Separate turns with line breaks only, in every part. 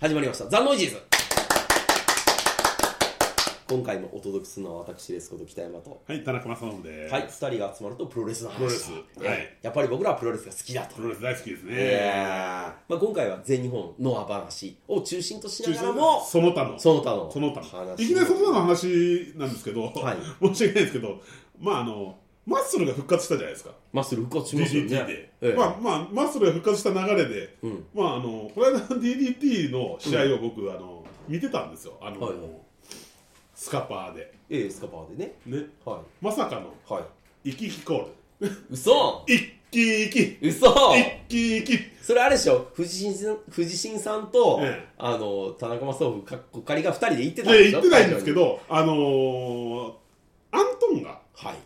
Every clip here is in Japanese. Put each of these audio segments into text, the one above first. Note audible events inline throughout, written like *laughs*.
始まりました。ザ・ノイジーズ今回もお届けするのは私ですこと北山と、
はい、田中正信です。
はい、二人が集まるとプロレスの話
プロレス
え
はい
やっぱり僕らはプロレスが好きだと
プ。ロレス大好きですね。
えーまあ、今回は全日本ノア話を中心としながらも、
その他の、
その他の
その他の。
話
いきなりその他の話なんですけど、
はい
*laughs* 申し訳ないですけど、まああの、マッスルが復活したじゃないですか、
マッスル復活しましたよ
DDT
ね。
で、
ええ
まあまあ、マッスルが復活した流れで、
うん
まあ、あのこの間の DDT の試合を僕、あの見てたんですよ、あの
はいはい
スカパーで、
ええスカパーでね。
ね、
は
まさかの
い。はい。
イキイキコール、
嘘
一気イキ、
嘘
一気イキ、
それあれでしょ藤新さん藤新さんと、
ええ
あの田中正夫かっこかりが二人で行ってたんで
で
し
言
ょ
ってないんですけ
ど
ど、あのーアントンが、
はい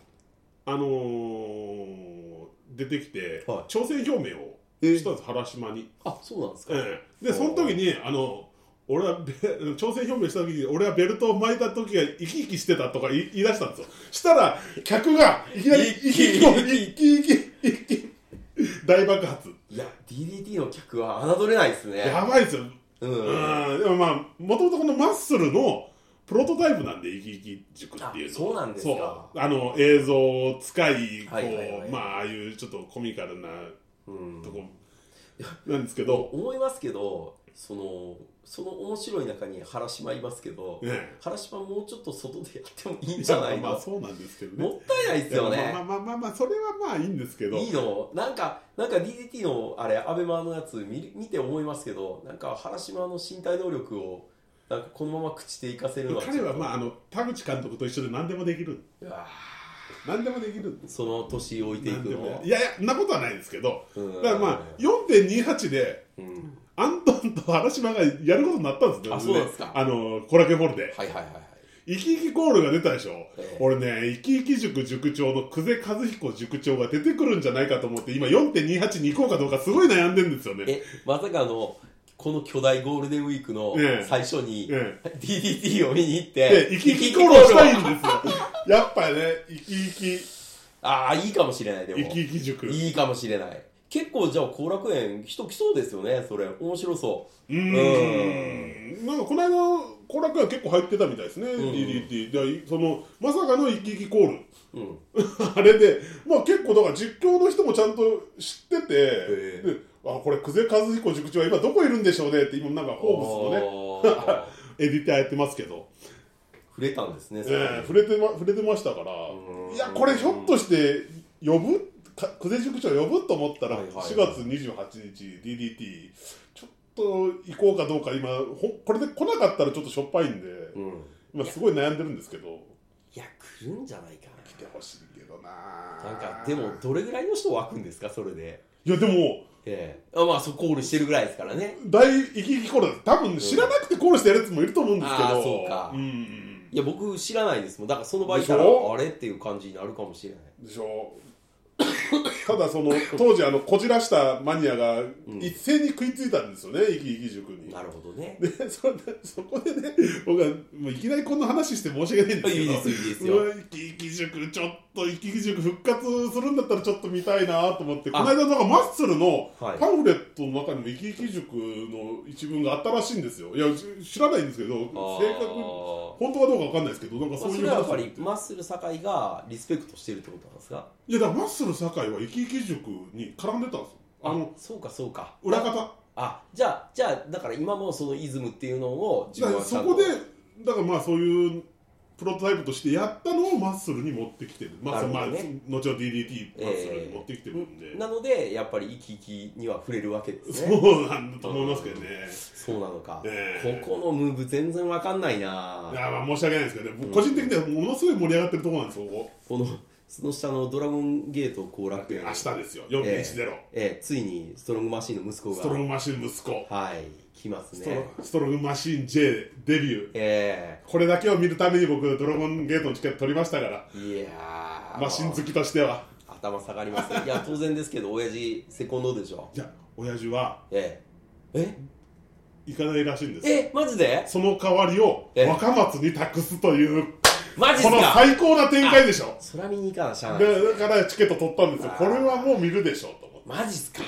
あのー出てきて、
はい
調整表明を
えー
したんです、原島に。
あそうなんですか、
ええで、その時に、あの俺は *laughs* ベ調整表明した時に俺はベルトを巻いた時は生き生きしてたとか言い言い出したんですよしたら客がいきなり
生
生
き
き
生
生き生き生き生き大爆発
いや DDT の客は侮れないですね
やばいですよ
う
うんんでもまあもともとこのマッスルのプロトタイプなんで生き生き塾っていうの
あそうなんですか
そうあの映像を使いこ
はいはいはいう
まあああいうちょっとコミカルな
うん
とこなんですけど、
思いますけどそのその面白い中に原島いますけど、
ええ
原島もうちょっと外でやってもいいんじゃないの、
まあそうなんですけどね
もったいないですよね、
まあまあまあまあそれはまあいいんですけど
いいのなんか、なんか DDT のあれ、アベマのやつ見る見て思いますけど、なんか原島の身体能力を、なんかこのまま朽ちていかせるのはちょっと
彼はまああの田口監督と一緒で何でもできる
うわ
何でもできる
ーその年置いてい
何
く
で
の
も。いやいやそんなことはないですけど
うん
だからまあ4.28で
うん
アントンと原島がやることになったんですよ
あそうなんですか
あのコラケホールで
はいはいはいはい。
生き生きコールが出たでしょ、
ええ
俺ね生き生き塾塾長の久世和彦塾長が出てくるんじゃないかと思って今4.28に行こうかどうかすごい悩んでるんですよね
え、まさかあの、この巨大ゴールデンウィークの
ええ
最初に
え
DDT を見に行って
で、生き生きコールをしたい
生き生きコールを
んですよやっぱね生き生き
ああ、いいかもしれない、でも。
生き生き塾
いいかもしれない。結構じゃあ後楽園人来そうですよね、それ。面白そう。
うーんなんかこの間の後楽園結構入ってたみたいですね、
ん
DDT でそのまさかの一気一気コール *laughs*
うん。
あれで、まあ、結構だから実況の人もちゃんと知ってて、
え
であこれ久世和彦塾長は今どこいるんでしょうねって今なんかホームズのね
あー
エディターやってますけど、
触れたんですね、それ
ええ触れてま、触れてましたから
うん
いやこれひょっとして呼ぶか久世塾長呼ぶと思ったら
はいはいはい
4月28日 DDT ちょっと行こうかどうか今ほこれで来なかったらちょっとしょっぱいんで。
うん、
今すごい悩んでるんですけど
いや来るんじゃないか
来てほしいけどな
なな
な
か
ん
でもどれぐらいの人湧くんですかそれで
いやでも
ええあまあそうコールしてるぐらいですからね
大生き生きコールだ多分知らなくてコールしてるやつもいると思うんですけど
あーそうか
ん
いや僕知らないですもんだからその場合いたら
でしょ
あれっていう感じになるかもしれない
でしょ *coughs* ただ
*coughs*
その当時あのこじらしたマニアが一斉に食いついたんですよね、生き生き塾に
なるほどね
でそれでそこでね僕はもういきなりこんな話して申し訳ないんですけど
*laughs* いいですよいいですよ
*laughs* うわ生き生き塾ちょっと生き生き塾復活するんだったらちょっと見たいなと思って
あ
この間なんかマッスルの *laughs*
はい
パンフレットの中にも生き生き塾の一文があったらしいんですよいやち知らないんですけど正
あー
確に本当かどうかわかんないですけどなんか
ま
そ
あ
う
そ
い
れ
う
はや
話
っぱりマッスル酒井がリスペクトしてるってことなんですか
いやだからマッスル酒井は生き生き塾に絡んでたんですよあの
そうかそうか
裏方
あじゃあじゃあだから今もそのイズムっていうのを自
だ
分
か
は
ら
ちゃ
そ
んと
こでだからまあそういうプロトタイプとしてやったのをマッスルに持ってきてる、まあそのま
な
あ
るほど
後
ね
ほど DDT マッスルに持ってきてるんで、
なのでやっぱり生き生きには触れるわけですね
そうなんだと思いますけどね、
そうなのか、
ええ
ここのムーブ全然わかんないない
やまあ申し訳ないですけどね、僕個人的にはものすごい盛り上がってるところなんですよここ
このその下のドラゴンゲート後楽園
明日ですよ
ええ
4.10、
ええついにストロングマシーンの息子
ストロン
が
グマシン息子、
はい来ます
ストロ
ね
ストロングマシン J デビュー
え
これだけを見るために僕ドラゴンゲートのチケット取りましたから
えいやー
マシン好きとしては
頭下がり
*laughs*
ますねいや当然ですけど親父セコンドでしょ
いや親父は
ええ
行かないらしいんです
ええマジで
その代わりを
ええ
若松に託すという
マジっす
この
か
最高な展開でしょ
空見に行かなしゃあない
でだからチケット取ったんですよこれはもう見るでしょうと思って
マジっすか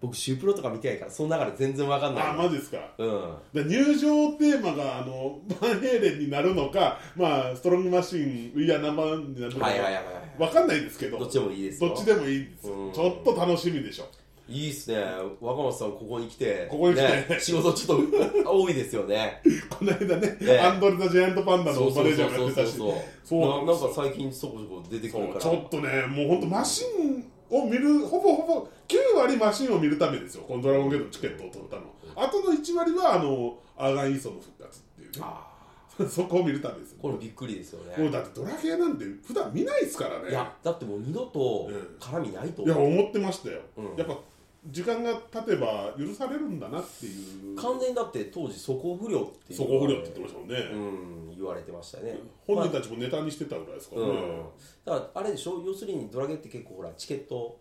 僕シュープロとか見てないからその中で全然わかんない
あマジですかだか
うん
ら入場テーマがあのバンヘイレンになるのか、まあ、ストロングマシン、ウィアナマンになるのか、
はいはいはいはい
わかんないんですけど、
どっちでもいいですよ
どっちでもいいんですよ
うん
ちょっと楽しみでしょ。
いいっすね若松さんここに来て
ここに来て
ね仕事ちょっと多いですよね
この間ね、
ね
アンドレ・ザ・ジャイアント・パンダ
そ
の
うそ
マ
う
ネージ
そ
ャ
う
ーも
そ
や
う
って
そう
たし、
そうななん
そ
か
う
最近そこそこ出てく
そ
るか
う
ら
ちょっとね、もう本当、マシンを見る、ほぼほぼ9割マシンを見るためですよ、このドラゴンゲートのチケットを取ったの。あとの1割は、あの、アーガン・イーソの復活っていうね、
あ
*laughs* そこを見るためですよ
ー。これびっくりですよね
もうだってドラゲーなんて普段見ないですからね
いやだってもう二度と
うん
絡みないと
いや
思う、
思ってましたよ、
うん
やっぱ時間が経てば許されるんだなっていう
完全にだって当時素行不良っていう
そこ不良って言ってましたもんね、
うん言われてましたね
本人たちもネタにしてたぐらいですから
う
ね、
ん、だからあれでしょ要するにドラゲって結構ほらチケット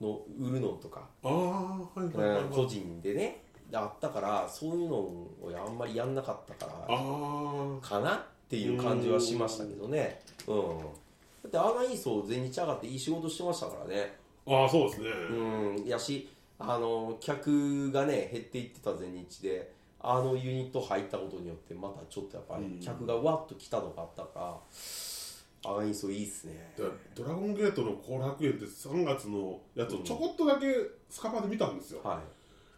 の売るのとか、
ああはいはいはい、はい
個人でねあったからそういうのをあんまりやんなかったから
あ
かなっていう感じはしましたけどねうん、だってアーガンイーソー全日上がっていい仕事してましたからね
ーあーそうですね、
うんやしあの客がね減っていってた全日であのユニット入ったことによってまたちょっとやっぱり客がわっと来たのがあったから、アーガンイーソーいいっすね
だからドラゴンゲートの後楽園って3月のやつをちょこっとだけスカパで見たんですよ、
は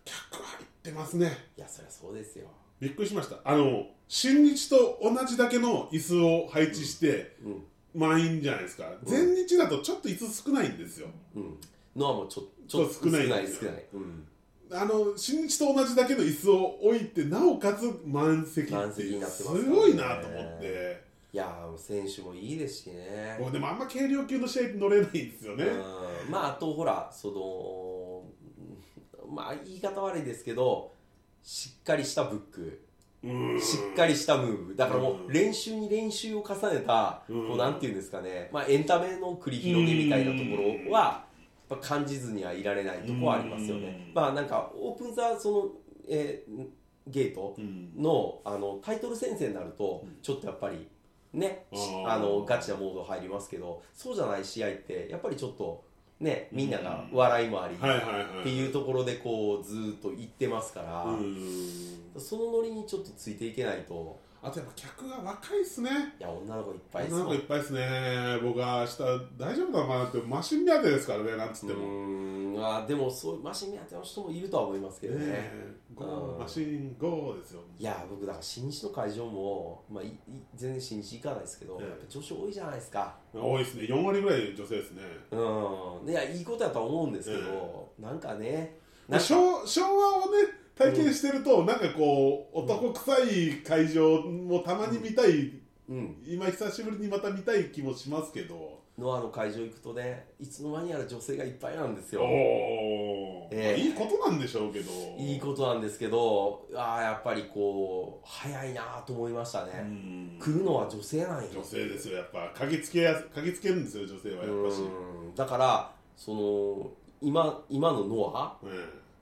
客入ってますね
いいやそりゃそうですよ
びっくりしましたあの新日と同じだけの椅子を配置して
うん
満員じゃないですか、全日だとちょっと椅子少ないんですよ
うんノアもちょちょっと
そう少ない
少ない少ないうん
あの新日と同じだけの椅子を置いてなおかつ満席
満
って
席
い
に
う
なって
す
ますからね
ごいなと思って
いやー選手もいいですしね
僕でもあんま軽量級の試合乗れないんですよね
うんまああとほらそのまあ言い方悪いですけどしっかりしたブック
うん
しっかりしたムーブだからも
うん
う練習に練習を重ねた、
うん
こうなんていうんですかね、まあ、エンタメの繰り広げみたいなところは、やっぱ感じずにはいられないとこはありますよね
う。ん
まあなんかオープンザその、えーゲート
うん
のあのタイトル戦線になると
うん
ちょっとやっぱりね、し
あー
あのガチなモード入りますけどそうじゃない試合ってやっぱりちょっとねみんなが笑いもあり
はいは
っ
いはい
ていううところでこうずーっと行ってますから。
ん
そのノリにちょっとついていけないと
あとやっぱ客が若いっすね
いや女の子いっぱい
女の子いっぱいですね僕は明日大丈夫なのかなってマシン目当てですからねなんつって
う
も、ね
ーんあでもそうマシン目当ての人もいるとは思いますけどね
えゴ
う
ー
ん
マシンゴーですよ
いや僕だから新日の会場も、まあ、いい全然新日行かないですけど、
ええ
やっぱ女子多いじゃないですか
多いですね4割ぐらい女性ですね
うんいやいいことやとは思うんですけど、なんかねなんか
昭昭和をね体験してると、なんかこう男臭い会場もたまに見たい、
うん
今久しぶりにまた見たい気もしますけど
ノアの会場行くとねいつの間にやら女性がいっぱいなんですよ
おー
ええ
いいことなんでしょうけど
いいことなんですけどああやっぱりこう早いなと思いました
う
ね、
ん
来るのは女性なんよ
女性ですよやっぱ嗅ぎつけやす嗅ぎつけるんですよ女性はやっぱし、
うんだからその今今のノア
うん
っ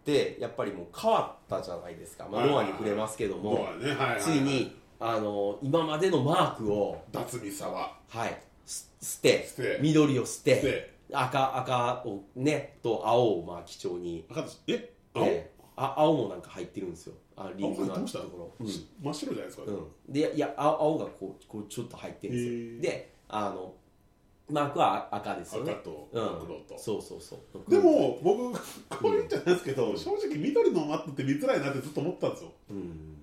てやっぱりもう変わったじゃないですか、まあ、
はい
ノ
は
ア
いはい
に触れますけど
もう
も
はね、はいはいはい
ついにあの今までのマークを、
脱美沢
はい、す捨て
捨て
緑を捨て
で
赤赤をねと青をまあ基調に、
赤とえ青、
えーあ青もなんか入ってるんですよあリングの
あ
ある
入ってました
ところ、うん
真っ白じゃないですか、
うん、でいや青青がこうこうちょっと入ってるんですよ
へ
であのマークは赤ですよね
赤と
う
黒
ん
と、
そうそうそう
でも僕こういうんじゃないですけど、正直緑のマットって見づらいなってずっと思ってたんですよ
うん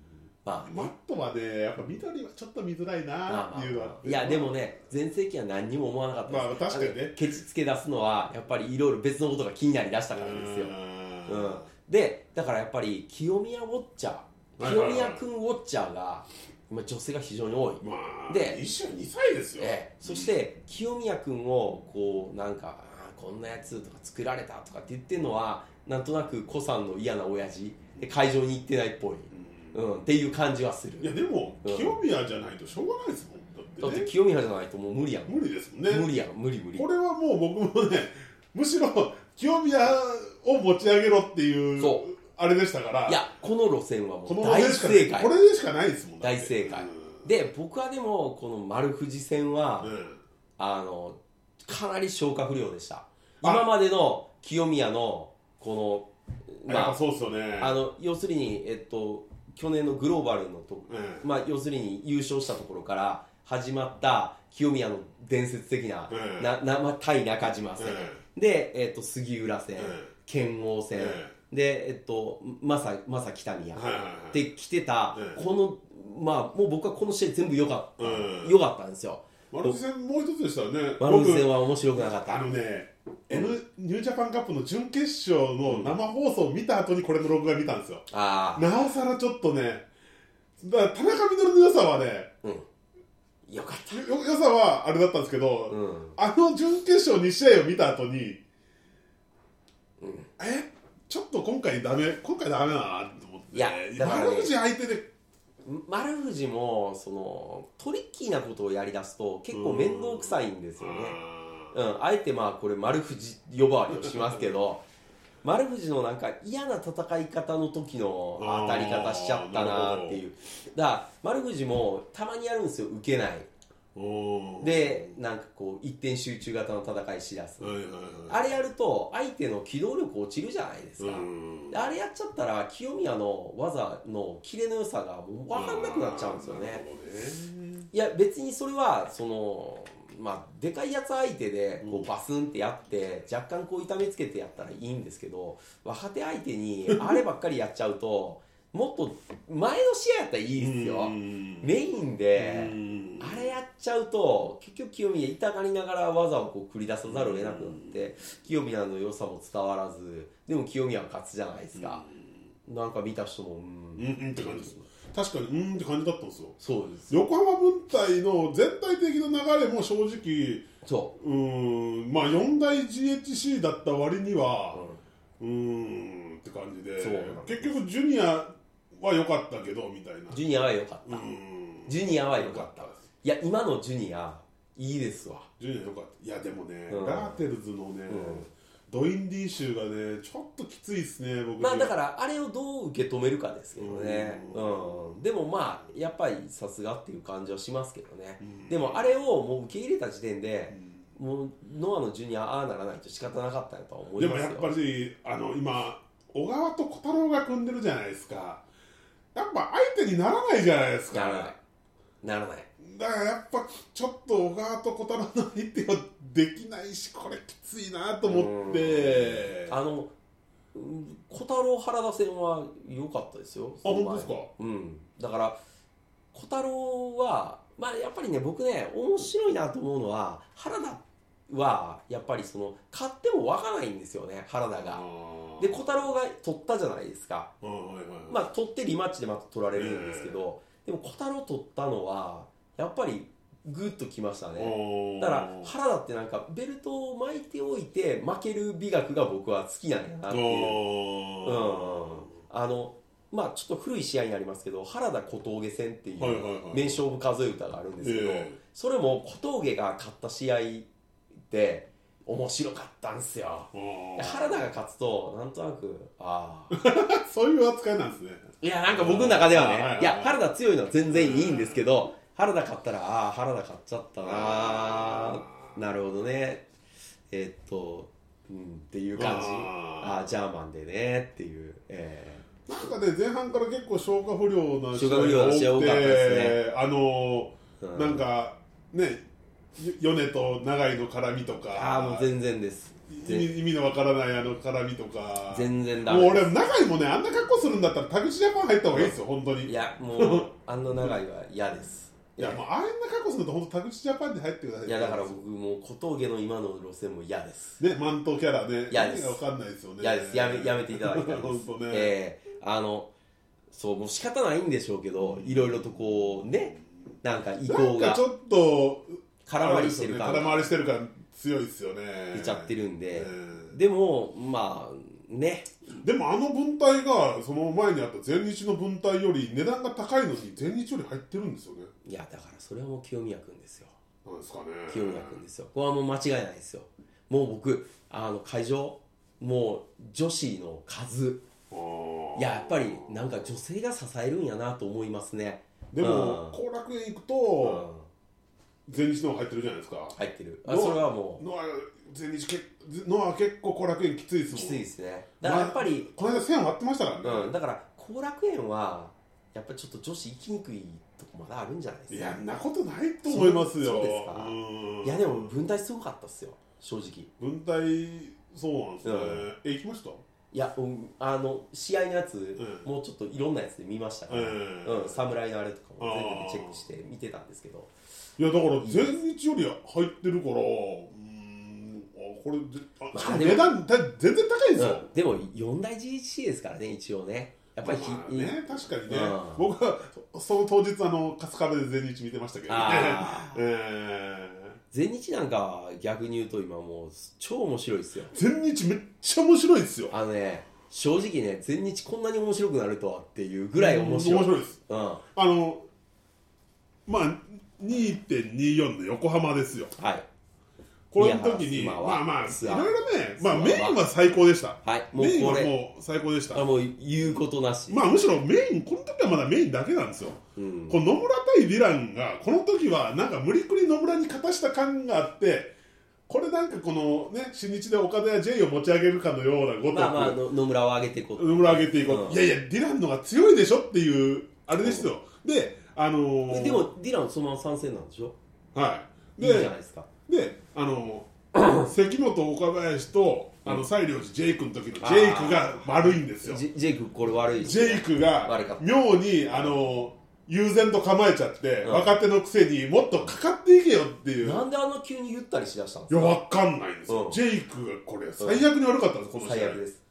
まあ
マットはねやっぱ緑はちょっと見づらいな
ま
っ
あ
ていうのはあっ
まあ
て
いやでもね全盛期は何にも思わなかった
まあ確かに
あ
ね
のケチつけ出すのはやっぱりいろいろ別のことが気になりだしたからですよ
う
うんんでだからやっぱり清宮ウォッチャー
はいはいは
清
い
宮君ウォッチャーが今女性が非常に多い
まあ
で
一緒に2歳ですよ、
ええそして清宮君をこうなんかあーこんなやつとか作られたとかって言ってるのはなんとなく子さんの嫌な親父で会場に行ってないっぽい、
うん
うん、っていう感じはする
いやでも、
うん
清宮じゃないとしょうがないですも
だ
んだ
っ
って
て
ね
清宮じゃないともう無理やもん
無理ですもんね
無理やろ無理無理
これはもう僕もね *laughs* むしろ清宮を持ち上げろっていう
そ
あれでしたから
いやこの路線はも
こ
う
の
大
俺しか
正解
これでしかないですもんだって
大正解
うん
で僕はでもこの丸藤戦は、
うん
あのかなり消化不良でした
あ
今までの清宮のこ
やっぱ
ま
そうっすよね
あ、あの要するに、えっと、去年のグローバルのと、
うん
まあ、要するに優勝したところから始まった清宮の伝説的な,、
うん
ななま対中島戦、で、えっと、杉浦戦、
うん
剣王戦、で、えっと、まさまさ北宮、
はいはいはい
で来てた、
うん
このまあもう僕はこの試合全部良かった、
うん
良かったんですよ
マルチ戦もう一つでしたよね
マルチ
僕
戦は面白くなかっ
あ
た
のね、N、ニュージャパンカップの準決勝の生放送を見た後にこれの録画見たんですよ
ああ
なおさらちょっとねだから田中稔の良さはね
良かっ
よ良さはあれだったんですけど、
たうん
あの準決勝2試合を見た後に、えちょっと今回ダメ今回ダメだなと思って
いやだからね
丸藤相手で
丸藤もそのトリッキーなことをやりだすと結構面倒くさいんですよね
あ
うん、あえてまあこれ丸藤呼ばわりをしますけど丸藤のなんか嫌な戦い方の時の当たり方しちゃったなっていうだから丸藤もたまにやるんですよ受けない
ーおー
でなんかこう一点集中型の戦いしだす
はいはいはい
あれやると相手の機動力落ちるじゃないですか、
うん
であれやっちゃったら清宮の技のキレの良さがもう分かんなくなっちゃうんですよねいや別にそれはそのまあでかいやつ相手でこ
うん
うバスンってやって若干こう痛めつけてやったらいいんですけど若手相手にあればっかりやっちゃうと *laughs* もっと前の試合やったらいい
い
ですよ
ね
メインであれやっちゃうと結局清宮痛がりながら技をこう繰り出さざるを得なくなって清宮の良さも伝わらずでも清宮は勝つじゃないですかなんか見た人もうん
うんうんって感じです確かにうんって感じだったんですよ
そうです
横浜文体の全体的な流れも正直
そう
ーんまあ4大 GHC だった割には
う、
うーんって感じで
そうなんです
結局ジュニアは良かったけどみたいな
ジュニアは良かっ
うー
た
ん
ジュニアは良かった
です
いや今のジュニアいいですわ
ジュニア良かったいやでもね、
うん
ラーテルズのね、
ん
ドインディー州がねちょっときついですね僕に
ま
は
あだからあれをどう受け止めるかですけどね
うん
うんでもまあやっぱりさすがっていう感じはしますけどね
うん
でもあれをもう受け入れた時点
う
で
ん
もうノアのジュニアああならないと仕方なかったやとは思
で
い
も
ます
や
よ
っぱりあの今小川と小太郎が組んでるじゃないですかやっぱ相手にならないじゃないですか
ならないならない
だからやっぱちょっと小川と小太郎の相手はできないしこれきついなと思って
あのうん小太郎原田戦は良かったですよ
あ本当ですか
うん、だから小太郎は、まあ、やっぱりね僕ね面白いなと思うのは原田はやっぱりその買っても湧かないんですよね原田が。で小太郎が取ったじゃないですか、
あーはいはいはい
まあ、取ってリマッチでまた取られるんですけど、でも小太郎取ったのはやっぱりグッときましたね
おー
だから原田ってなんかベルトを巻いておいて負ける美学が僕は好きなんやなっていう
お
うん
ー
あのまあちょっと古い試合になりますけど原田小峠戦ってい
はいはいは
う
い
名勝負数え歌があるんですけど、
ええ
それも小峠が勝った試合で面白かったんですよ
あー
原田が勝つとなんとなくああ
*laughs* そういう扱いなんですね
いやなんか僕の中では
はいはいは
ね
い
いや原田強いのは全然いいんですけど原田勝ったらああ原田勝っちゃったな
あー
なるほどねえっとうんっていう感じあ
あ
あジャーマンでねっていうええ
ーなんかね前半から結構消化不良な
消化不良な試合多かったです
あの
う
ーなんかね米と長井の絡みとか
ああもう全然です
意味意味のわからないあの絡みとか
全然ダ
もう
メ
俺
で
長井もねあんな格好するんだったら田口ジャパン入った方がいいですよ本当に
すい
いや
やもう
*laughs*
あの長いは嫌ですいや
もうあんな格好するんだったら本当田口ジャパンに入ってください
いやだから僕もう小峠の今の路線も嫌です
ねマントキャラね
嫌です
意味がわかんないですよね
嫌ですやめやめていただきたいで
*laughs* 本
す
当ね、
ええあのそうもう仕方ないんでしょうけどいろいろとこうねなんか意向
なん
が
かちょっと
空回りしてる
あれですよね空
感
回りしてる感強いですよね
出ちゃってるんで
うん
でもまあね
でもあの分隊がその前にあった全日の分隊より値段が高いのに全日より入ってるんですよね
いやだからそれはもう清宮君ですよ
なんですかね
清宮君ですよここはもう間違いないですよもう僕あの会場もう女子の数
あー
いややっぱりなんか女性が支えるんやなと思いますね
で
う
も
ん
後楽園行く
う
と、
ん
全日の入ってるじゃないですか
入ってるあ
ノア
それはもう
ノア全日けノア結構後楽園きついですもん
きついですねだからやっぱり、
この間線割ってましたからね、
うん、だから後楽園はやっぱりちょっと女子行きにくいとこまだあるんじゃないです
い
か
やんなことないと思いますよ
そうですか
うん
いやでも分体すごかったっすよ正直い
分隊そうなんですね、
うん
え行きました
や、うん、あの試合のやつ、
う
もうちょっといろんなやつで見ましたから、
うん
うん、侍のあれとかも全部でチェックして見てたんですけど
いやだから全日より入ってるからうーんあこれぜあしかも
でも
値段だ全然高いんですよ、
うんでも四大 GHC ですからね一応ねやっぱりひ、
まあね確かにね、
うん
僕はそその当日あの春日部で全日見てましたけどね
あ
*laughs* え
全日なんかは逆に言うと今もう超面白いですよ
ー全日めっちゃ面白いですよ
あのね正直ね全日こんなに面白くなるとはっていうぐらい面白い、
面
うん
白いです
は
あのまあ2.24の横浜ですよ
い
これの時に
宮
ま
原スマ
あ
は
まあい
スワ
ろいろね、まあ、
スワは
メインは最高でした
はいもう
メイン
こ
は
れ
もう最高でした
あもう言うことなし、
まあむしろメインこの時はまだメインだけなんですよ
うん、
この野村対ヴィランがこの時はなんか無理くり野村に勝たした感があってこれなんかこのね新日で岡田や J を持ち上げるかのようなごとく、
まあまあの野村を上げていこう
野村上げていこう、
うん
いやいやディランのが強いでしょっていうあれですよ、であのー、
でもディランそのまま参戦なんでしょ
はい
い
で
いじゃないですか
であの
*coughs*
関本岡林とあの西良寺ジェイクの時のジ
あー
ェイクが悪いんですよ
ジェジェイクこれ悪いです
ジェイクが
悪かった
妙にあの悠然と構えちゃって、
うん
若手のくせにもっとかかっていけよっていう
なんであんな急に言ったりしだしたんで
い
す
や
か
わかんないんですよ、
うん
ジェイクがこれ最悪に悪かったんですこの試合
最悪です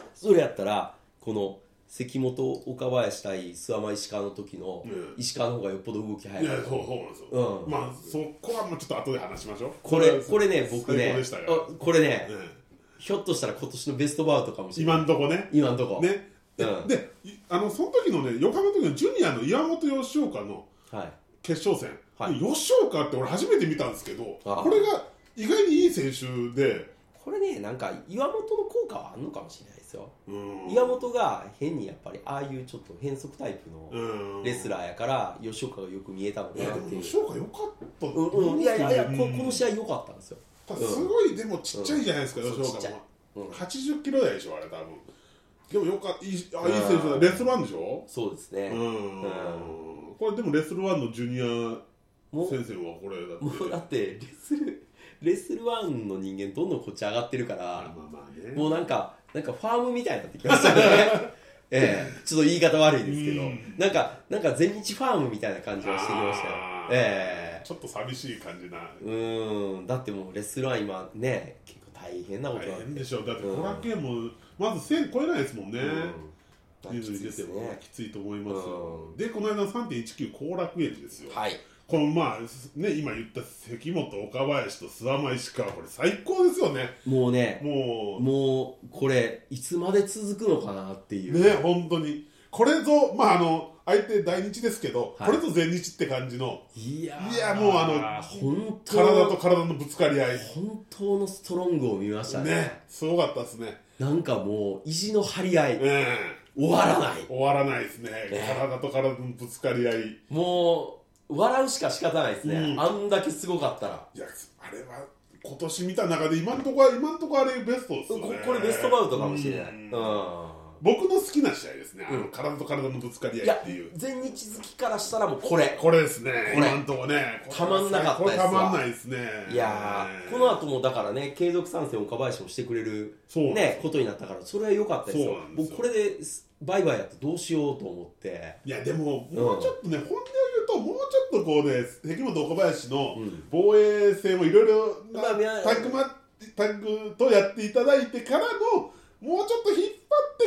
*laughs* それやったらこの関本岡林対諏訪間石川の時の
うん
石川の方がよっぽど動き早
い
い
やそうそうなんですよ、
うん
まあそこはもうちょっと後で話しましょう
これこれね僕
最
ね
高でしたよ
あこれね
うん
ひょっとしたら今年のベストバウトかもしれな
今
い
んとこね
今のとこ
ねで,、
うん
でいあのその時のね横浜の時のジュニアの岩本吉岡の
はい
決勝戦、
はい
吉岡って俺初めて見たんですけど
あー
これが意外にいい選手で
これねなんか岩本の効果はあんのかもしれないですよ
うん
岩本が変にやっぱりああいうちょっと変則タイプの
うん
レスラーやから吉岡がよく見えたの
い
かな
や
っ
で
てい
も
う
吉岡良かったと
う
思
んうんんい
です
や
け
い
ど
やいやこ
うん
この試合良かったんですよ
ただすごいでもちっちゃいじゃないですか、
うんそ
吉
うちっ
岡
ちゃい
も
うん
80キロ台でしょあれ多分でもよかったいいあいい選手だレッスルワンでしょ
そうです
う
ね
ん、これでもレッスルワンのジュニア
もう
先生はこれだ
も
っ
う
て
だってレスルレスルワンの人間どんどんこっち上がってるか
まあ
ら
まあまあね
もうなんかなんかファームみたいになってきました
*laughs*
よねええちょっと言い方悪いですけど
うん
なんかなんか全日ファームみたいな感じはしてきましたよ
あー
ええ
ちょっと寂しい感じな
うーんだってもうレスルワン今ね結構大変なこと
大
になって
変でしょだって
うん
後楽園もまず1000超えないですもんね、
うん、
人数ですよねきついと思いますよ、
うん
でこの間3.19後楽園ですよ、
はい
このまあね今言った関本岡林と諏訪間石川これ最高ですよね
もうね
も
もうこれいつまで続くのかなっていう
うね本当にこれぞまああの相手大日ですけど、
はい
これぞ全日って感じの
いやー
いやもうあの
本当
体と体のぶつかり合い
本当のストロングを見ましたね
ねすごかったですね、
なんかもう意地の張り合い
うん、
終わらない
終わらないですね
ね
体と体のぶつかり合い
もう笑うしか仕方ないですね、
うん
あんだけすごかったら
いやあれは今年見た中で今んとこは今んとこあれベストですよ
こ
ね
これベストバウトかもしれない、
うん
うん
僕の好きな試合ですね、あ
う
の
ん
体と体のぶつかり
い
合い
や
っていう。
全日好きからしたらもうこれ
これですね、
これ
今んとこね、
たまんなかったですわ
これたまんないですね。
いやーこの後もだからね継続参戦岡林もしてくれる、
そうなんです
ね、ことになったからそれは良かったですよ
そうなんです
僕
よ
これですバイバイやってどうしようと思って
いやでも
ん
もうちょっとね、本音を言うともうちょっとこうね関本岡林の
うん
防衛戦をいろいろな
まあみな
タッグマタッグとやっていただいてからのもうちょっと引っ張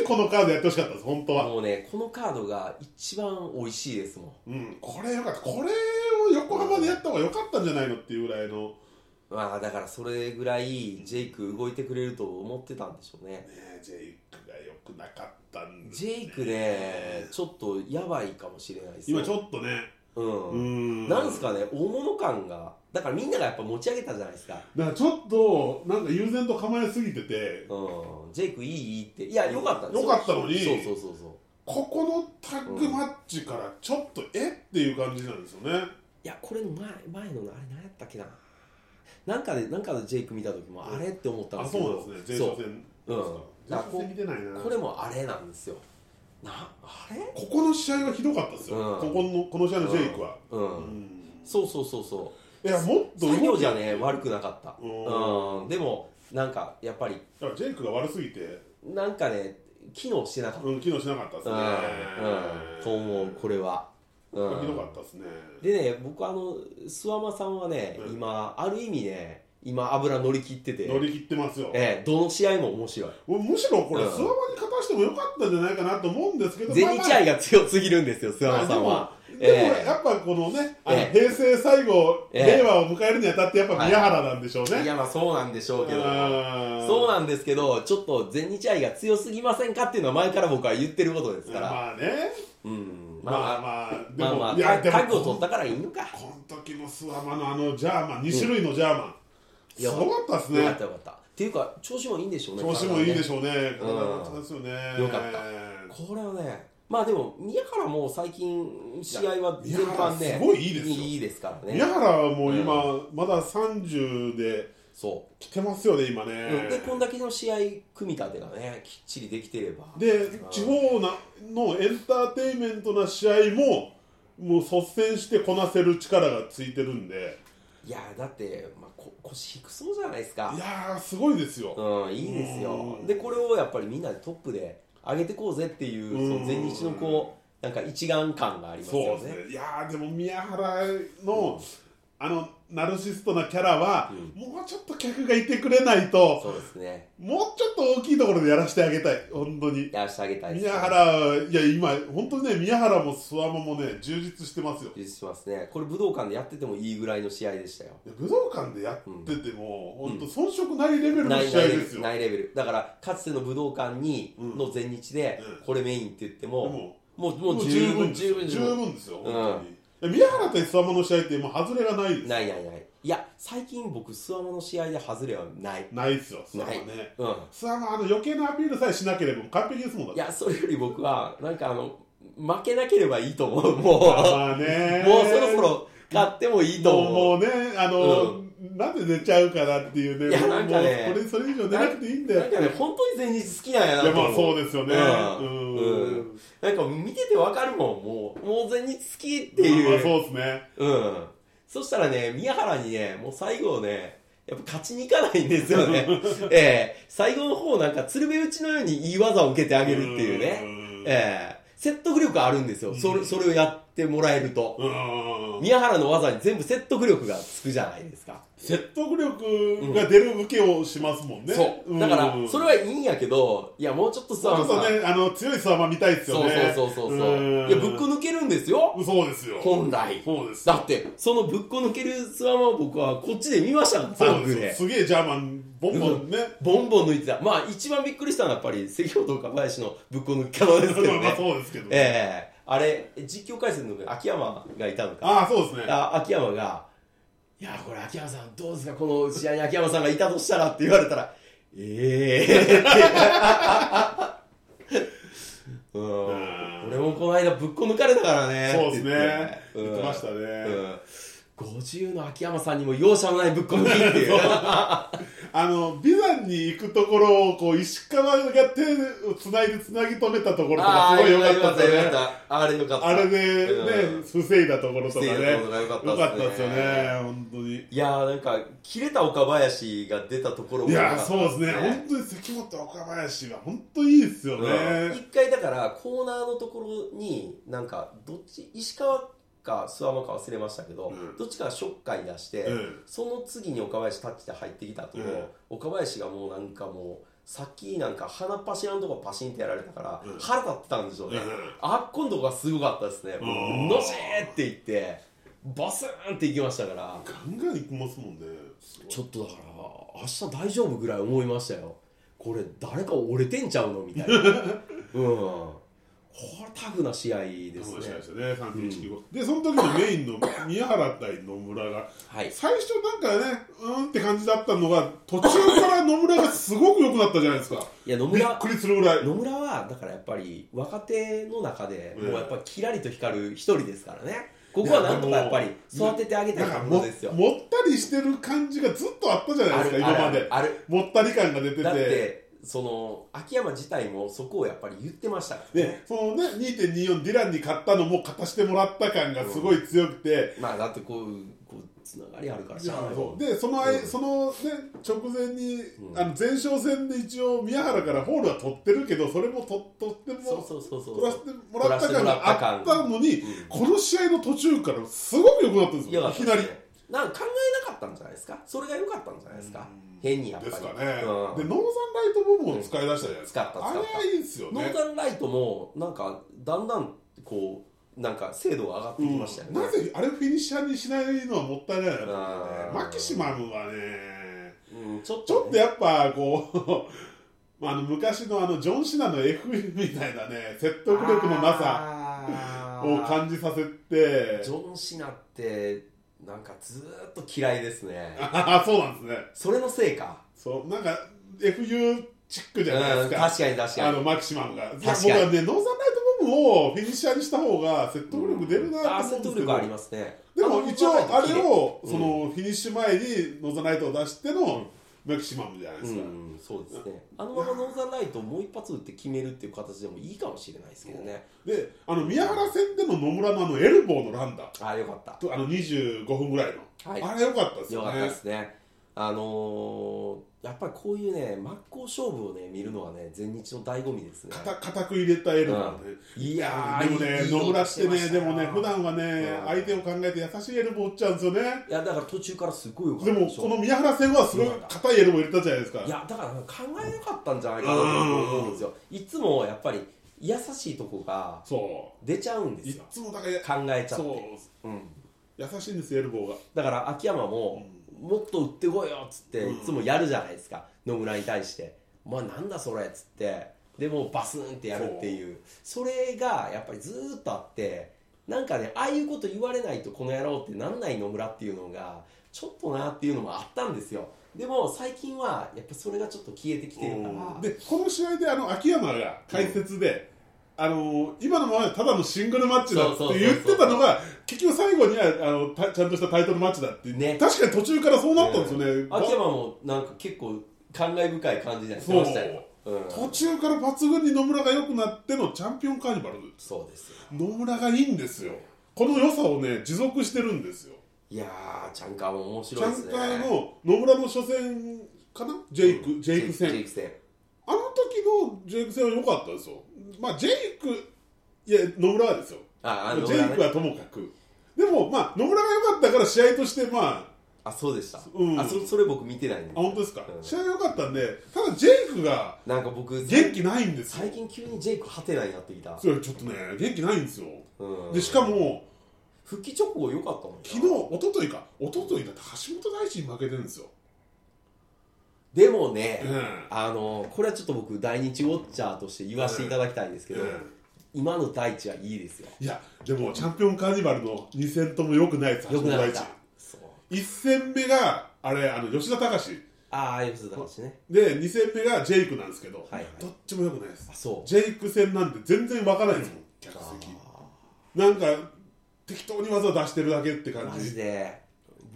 ってこのカードやってほしかったです本当は、
もうねこのカードが一番美味しいですも
うん、これよかったこれを横浜でやった方が良かったんじゃないのっていうぐらいの、
んまあだからそれぐらいジェイク動いてくれると思ってたんでしょうね
ね、ジェイクが良くなかったんです
ジェイクねちょっとやばいかもしれないですよ
今ちょっとね
うん、
うん
なんすかね大物感がだからみんながやっぱ持ち上げたじゃないですか
だからちょっとなんか悠然と構えすぎてて
うんジェイクいいいいっていやよかったんです
良かったのに
そうそうそうそう
ここのタッグマッチからちょっとえっていう感じなんですよね、
いやこれの前前のあれ何やったっけななんかでなんかのジェイク見た時もあれって思ったん
あ
です
そ
けど、
うなんですね
そ
前
う
哨戦
うん
前哨戦見てないな
これもあれなんですよなあれ
ここの試合はひどかったですよ、
うん
ここのこの試合のジェイクは、
うん、
うん
そうそうそうそ
いやもっ
う
と動き
作業じゃね悪くなかった
うん
うんでもなんかやっぱり
だからジェイクが悪すぎて、
なんかね機能してなかっ
うん、機能しなかったです
た、
ね、
うんうん、と思うこれは、う
ひど
ん
か、ったですね
でね僕あの諏訪間さんはね、
うん
今ある意味ね今油乗り切ってて
乗り切ってますよ、
ええ、どの試合も面白い
もうむしろこれ、
うん
諏訪場に勝たしてもよかったんじゃないかなと思うんですけど、
全日
まあ
愛が強すぎるんですよ諏
まあ
訪間さんは
でも、でも
ええ
やっぱこのね、あの
え
平成最後、
ええ
令和を迎えるにあたって、やっぱ宮原なんでしょうね。
いやまあそうなんでしょうけど
あー
そうなんですけどちょっと全日愛が強すぎませんかっていうのは前から僕は言ってることですから、
まあね、
うん
まあ
ま
ま
あ
あ、で
まあ
も、
まあ
いや、で
タ
も
ッグを取ったからいいのか
この時の諏訪間のあのジャーマン、2種類のジャーマン、
い
す
や
ごかったです
よかっ
ね
た。よかったっていうか調子もいいんでしょうね
調子もいいで
ょ
しょうね。
うん
体の調子ですよね。
よかったこれはねまあでも宮原も最近試合は全般
い
ね
や宮原すごいいいですよ
いいですから
宮
ね
原はもう今、まだ30で
そ
来てますよね、今
う、で
ね。
こんだけの試合組み立てがねきっちりできてれば
で、地方なのエンターテインメントな試合も、もう率先してこなせる力がついてるんで、
いやだって、まあ、こ腰低そうじゃないですか
いやー、すごいですよ。
うん、いいですよ
うん
でこれをやっぱりみんなでトップで上げてこうぜっていう
う
その
ん
前日のこうなんか一丸感があります
そう
よ
です
ね
ね。いやーでも宮原の、あのナルシストなキャラは、もうちょっと客がいてくれないと、
そうですね
もうちょっと大きいところでやらせてあげたい、本当に。
やらしてあげたいですね
宮原、いや、今、本当にね、宮原も諏訪間もね、充実してますよ。
充実しますねこれ武道館でやっててもいいぐらいの試合でしたよ
いや武道館でやってても、本当、遜色ないレベルの
ない
試合
ないレ
で
ベ
す
ル
よ。
ないレベルだからかつての武道館に
うん
の前日で
うん
これメインって言っても
も
もう
うも
も
う
う
十
十
分
分
ですよ
十分
十
十分
分ですよ、本当に。いや宮原対諏訪間の試合って、もう外れがないです。
ないないないいや最近僕諏訪間の試合で外れはない
ないですよ、諏訪間
ない
ね。
うん
諏訪間、あの余計なアピールさえしなければ完璧ですもんだ
い
って。
やそれより僕はなんかあの負けなければいいと思うもう
まあね。
もうそろそろ買ってもいいと
もう
思う
もうね、あの、なんで寝ちゃうかなっていうね、
いやなんかね
もうこれそれ以上寝なくていいんだよ
な。んかね本当に前日好きなんやない
や
と
まあ
思
そううですよね。
うんう
う
ん
ん。
なんか見ててわかるもんもうもう前日好きって
ま
い
あ
う
そうですね。
うんそしたらね宮原にねもう最後ねやっぱ勝ちにいかないんですよ
*laughs*
ねええ最後の方なんか鶴瓶打ちのようにいい技を受けてあげるっていうね
ん
ええ説得力あるんですよ、それそれをやってもらえると、
うん
宮原の技に全部説得力がつくじゃないですか
説得力が出る受けをしますもんね。
そう。
ん
だから、それはいいんやけど、いや、もうちょっと
ち
さ、
ょっとね、あの強いスワマ見たいです
そ
よ
う
ね。
そうそうそうそう。
ん
いや、ぶっこ抜けるんですよ。
そうですよ。
本来
そうです。
だって、そのぶっこ抜ける諏訪間を僕はこっちで見ましたもん、
そ
タ
う
ン
で
グ
すよ。
で。
すげえジャーマン、ボンボンね。
ボンボン抜いてた。まあ、一番びっくりしたのはやっぱり、関本岡林のぶっこ抜き方ですけど
*laughs* まあまあ
ね。
そうですけど。
ええあれ、実況解説の時秋山がいたのか。
ああ、そうですね。
あ秋山が「いやこれ秋山さんどうですかこの試合に秋山さんがいたとしたら」って言われたら「ええー」 *laughs* うん俺もこの間ぶっこ抜かれたからね
そうですね。
って言
言
っ
ってて
ま
ま
し
したたね。
50の秋山さんにも容赦のないぶっこ抜きって
*laughs*
いう
あの美山に行くところをこう石川が手をつないでつなぎ止めたところと
あ
か
あ
すごい
よ
良
か
か
っ
った
た
ですよ
よ
ね
かったあれよかった
あれでね、
うん
防いだところとか
防
ね
いだところが良かったですね
良かったですよね本当に
いやーなんか切れた岡林が出たところも
い
良か
や
った
そうですね本当に関本岡林が本当いいですよね、
うん一回だからコーナーのところになんかどっち石川か諏訪間か忘れましたけど、
うん
どっちかがショッカーに出して、
うん
その次に岡林タッチで入ってきたとこ
うん
岡林がもうなんかもうさっきなんか鼻っ柱のとこパシンってやられたから、
うん
腹立ってたんでしょうね、
うん
あっこんとこがすごかったですね、
うん
のしーって言ってバスーンっていきましたから
ガンガン行きますもんねすごい
ちょっとだから明日大丈夫ぐらい思いましたよこれ誰か折れてんちゃうのみたい
*laughs*
なうんこれタフな試合です
楽しみ
ね
でしたね3.195、でその時のメインの宮原対野村が
はい
最初なんかねうーんって感じだったのが途中から野村がすごく良くなったじゃないですか
いや野
びっ
村
くりするぐらい
野村はだからやっぱり若手の中で
うん
もうやっぱりキラリと光る一人ですからね、ここはなんとかやっぱり育ててあげた
ないん
と
か
こ
も
ろ
もっ
ですよ
たりしてる感じがずっとあったじゃないですか今まで
ある
もったり感が出てて
だってその秋山自体もそこをやっぱり言ってましたから
でそのね2.24ディランに買ったのも勝たしてもらった感がすごい強くて、
まあだってこうこうつながりあるからしゃあない
そ
もん
うでその間、
うん
そのね直前に、
うん
あの前哨戦で一応宮原からホールは取ってるけどそれも取取っても
そうそうそうそう
取らせてもらった感があったのに、
うん
この試合の途中からすごく良くなったんです
よか
よい
ったで
き
す
な
ね
り。
なんか考えなかったんじゃないですかそれが良かったんじゃないですか
うん
変にやっぱ
で
り
す
うん
かね、でノーザンライトボムを使い出したじゃないですか、
うん使った使った
あれはいいですよ
ノ
ね
ーザンライトもなんかだんだんこうなんか精度が上がってきましたよね、
なぜあれをフィニッシャーにしないのはもったいないなと思ってね
うん
マキシマムはね
うん、ちょっ
ちょ
と
っと
ね、
やっぱこう *laughs* まああの昔のあのジョン・シナの F みたいなね説得力のなさ
さ
を感じさせて
ジョン・シナってなんかずーっと嫌いですね
ああそうなんですね
それのせいか
そうなんか FU チック
う
じ
ん
ゃないです
確
か、
かに確
あ
かに
のマキシマムがいや
確か
僕
に
はねノーザンライトボムをフィニッシャーにした方が説得力出る
あー
なと思うん
説
です
得
けど、
力ありますね
でも
の
一応あれを
うん
そのフィニッシュ前にノーザンライトを出してのマキシマムじゃないで
う
すか、
んそうですねあのままノーザンライトをもう一発打って決めるっていう形でもいいかもしれないですけどね
であの宮原戦での野村のあのエルボーのランダ
ああよかった
とあの25分ぐらいの、
はい
あれ良かったです
よ
よ
かった
ね
ですね。あのーやっぱりこういうね、真っ向勝負をね、見るのはね、全日の醍醐味ですね。
固固く入れたエルボーね、
い
い
や
や
ー、
ーでも
い
ね
い
野村って
いい
ね
音
で
してました
もね普段はね
うん
相手を考えて優しいエルボー打っちゃうんですよね
いや、だから途中からすごいよかっ
で
た
も
しょ
この宮原戦はすごい硬いエルボー入れたじゃないですか
いや、だから考えなかったんじゃないかなと思うんですよ。いつもやっぱり、優しいとこが
そ
出ちゃうん
う
で
い
すよ。
つもだから
考えちゃっ
そう
て。うん
優しいんですよエルボーが
だから秋山も、もっと打ってこいよっつっていつもやるじゃないですか、野村に対して「まあなんだそれ」っつってでもうバスンってやるっていうそれがやっぱりずーっとあってなんかねああいうこと言われないとこの野郎ってなんない野村っていうのがちょっとなっていうのもあったんですよでも最近はやっぱそれがちょっと消えてきてるから、
でこの試合であの秋山が解説で、あの今のままでただのシングルマッチだって
そうそうそうそう
言ってたのが結局最後にはあのたちゃんとしたタイトルマッチだって、
ね
確かに途中からそうなったんですよね、ば
秋山もなんか結構感慨深い感じになってましたよ、うん、
途中から抜群に野村が良くなってのチャンピオンカーニバル
そうですよ
野村がいいんですよこの良さをね持続してるんですよ
いやーちゃんかも面
チ
白いで
ャ
す
ン
ね
カーの野村の初戦かなジェイク、ジェイク戦
ジェイク戦
あの時のジェイク戦は良かったですよ。まあ、ジェイク、いや、野村はですよ。
ああ
ジ
野村ね
ェイクはともかく。でも、まあ、野村が良かったから試合として、まあ、
あそうでした、
うん
あそそれ僕見てないんで
あ、本当ですか。
うん
試合良かったんで、ただジェイクが
なんか僕
元気ないんですよ
最。近急にジェイクハテナになってきた、
そうちょっとね、元気ないんですよ。
うん、
で、しかも、
復帰直後良かったもんな
昨日、一昨日か、一昨日だって橋本大地に負けてるんですよ。
でもね、
うん
あのこれはちょっと僕大日ウォッチャーとして言わせていただきたいんですけど、
うん
今の大地はいいですよ
いや、でも、チャンピオンカーニバルの2戦とも良くないです、橋
良く
本
なか
大
っ
地
た。そう
1戦目が、あれ、あの、吉田隆。
ああよくだかしね
で2戦目がジェイクなんですけど、
はいはい
どっちも良くないです
あそう
ジェイク戦なんて全然わからないですもん客席なんか適当に技出してるだけって感
マジ
じ
で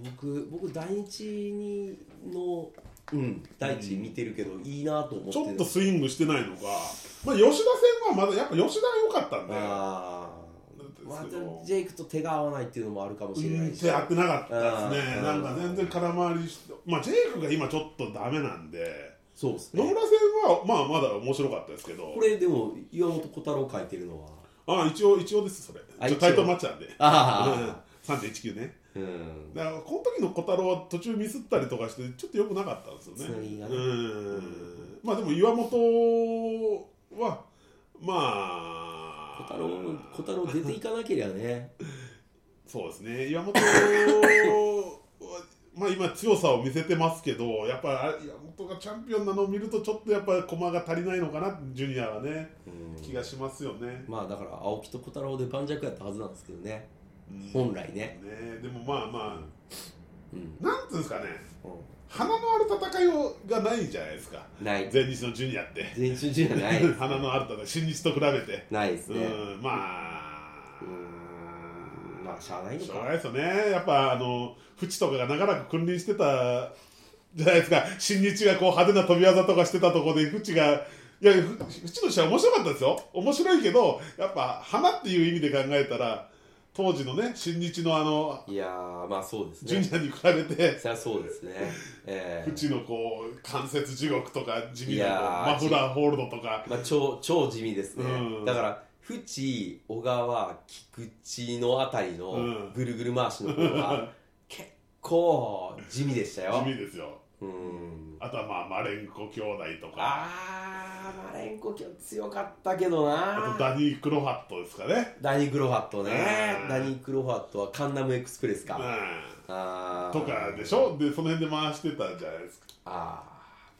僕僕大日にのうん大地見てるけど、いいなと思って
ち
る
ょっとスイングしてないのか、まあ、吉田戦はまだやっぱ吉田が良かったんで、
ああ、ま
な
あ、
ん
ジ
ですけど
ェイクと手が合わないっていうのもあるかもしれな
うん
いし、
手合ってなかったです
う
ね
ん
なんか全然空回りして、まあ、ジェイクが今ちょっとダメなんで
そうです
野
ね。
村戦はまあまだ面白かったですけど
これでも岩本小太郎書いてるのは、
あ一応一応ですそれ
あ
ちょ
一応
タイトルマッチなんで
あ
うん3.19ね
あ、うん、
だからこの時の小太郎は途中ミスったりとかしてちょっと良くなかったんですよね。
つなぎがね
うんまあでも岩本はまあ
小太郎小太郎出ていかなければね、
そうですね岩本はまあ今強さを見せてますけどやっぱり岩本がチャンピオンなのを見るとちょっとやっぱり駒が足りないのかなジュニアはね
うん
気がしますよね。
まあだから青木と小太郎で盤石やったはずなんですけどね、
うん
本来ね、
ねでもまあま
うん
あなんていうんですかね
う
花のある戦いをがないじゃないですか
ん、ない、
前日のジュニアって。
全中じゃ
*laughs*
ない、
花のあるたで新日と比べて、
ないです
う
ね。
んまあ
うんまああしゃあないの
しょうが
か
ないですよねやっぱあの淵とかが長らく君臨してたじゃないですか新日がこう派手な飛び技とかしてたところで淵がいやふ淵の試合面白かったですよ面白いけどやっぱ花っていう意味で考えたら当時のね新日のあの
いやーまあそうです
ジュ
ね
ニアに比べて
そりゃそうですねええ
淵のこう関節地獄とか地味
い
な
や
こ
ー
うマフラーホールドとか
まあ、超超地味ですね、
うん
だから淵小川菊池のあたり
う
の
ん
ぐるぐる回しの方
*laughs*
は結構地味でしたよ
地味ですよ
うん
あとはまあマレンコ兄弟とか
あーマレンコ今日強かったけど
あ
な
とダニー・クロハットですかね
ダニー・グロファットね
うん
ダニー・グロファットはカンナムエクスプレスか、
うん
あー
とかでしょでその辺で回してたじゃないですか
あー、ま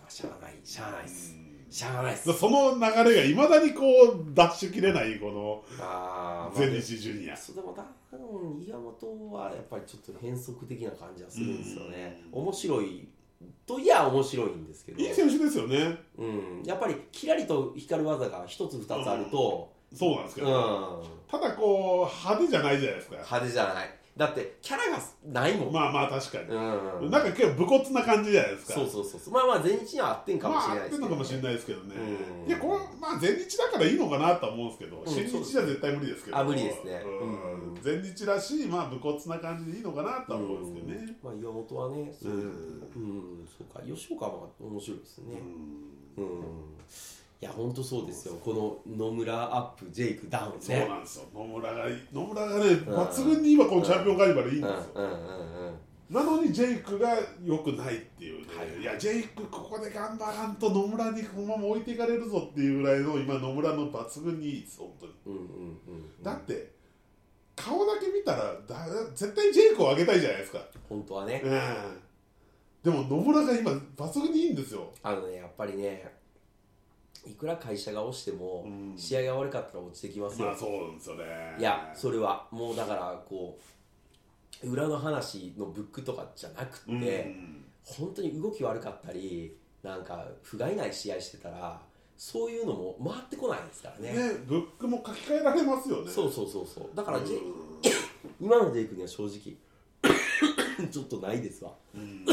あしゃあないしゃあないっすしゃあないっす
でその流れがいまだにこう脱しきれないこ
あ
の
ーまあ
全日ジュニア
そうでもダウン岩本はやっぱりちょっと変則的な感じはするんですよね、面白いといや面白いんですけど
いい選手ですよね
うん、やっぱりキラリと光る技が一つ二つあると、
そうなんです
う
け
ん
ど、ただこう派手じゃないじゃないですか
派手じゃないだってキャラがないもん、
まあまあ確かに、
うん、
なんか結構武骨な感じじゃないですか
そうそうそうそうまあまあ全日には合ってんかもし
まあ
れ
合
ないで
って
すけ
んの
ど、
かもしれないですけどね、
うん
いやこれまあ前日だからいいのかなとは思うんですけど、
ん
新日じゃ絶対無理ですけど、
あ無理ですね
うん
うん
前日らしいまあ武骨な感じでいいのかなとは思うんですけどね、
まあ岩本はねそうう,、
ん
うん、そうか吉岡は面白いですね、
うん
うんいや本当そうですよこの野村アップジェイクダウンね
そうなんですよ、野村が野村がね、抜群に今、このチャンピオンカーニバルいいんですよ、
うんうんうんうん
なのにジェイクが良くないっていうね、
はい
い、や、ジェイク、ここで頑張らんと野村にこのまま置いていかれるぞっていうぐらいの、今、野村の抜群にいいです、本当に。
うんうんうん
だって、顔だけ見たらだ、絶対ジェイクを上げたいじゃないですか、
本当はね
うん、でも野村が今、抜群にいいんですよ。
あのねやっぱりねいくら会社が落ちても、
うん
試合が悪かったら落ちてきますよ、
まあそうなんですよね。
いやそれはもうだからこう裏の話のブックとかじゃなくて、
うん
本当に動き悪かったりなんか不甲斐ない試合してたらそういうのも回ってこないですからね
ね、ブックも書き換えられますよね。
そうそうそうそうだからジェイク、
うん
*coughs* 今のジェイクには正直 *coughs* ちょっとないですわ
うん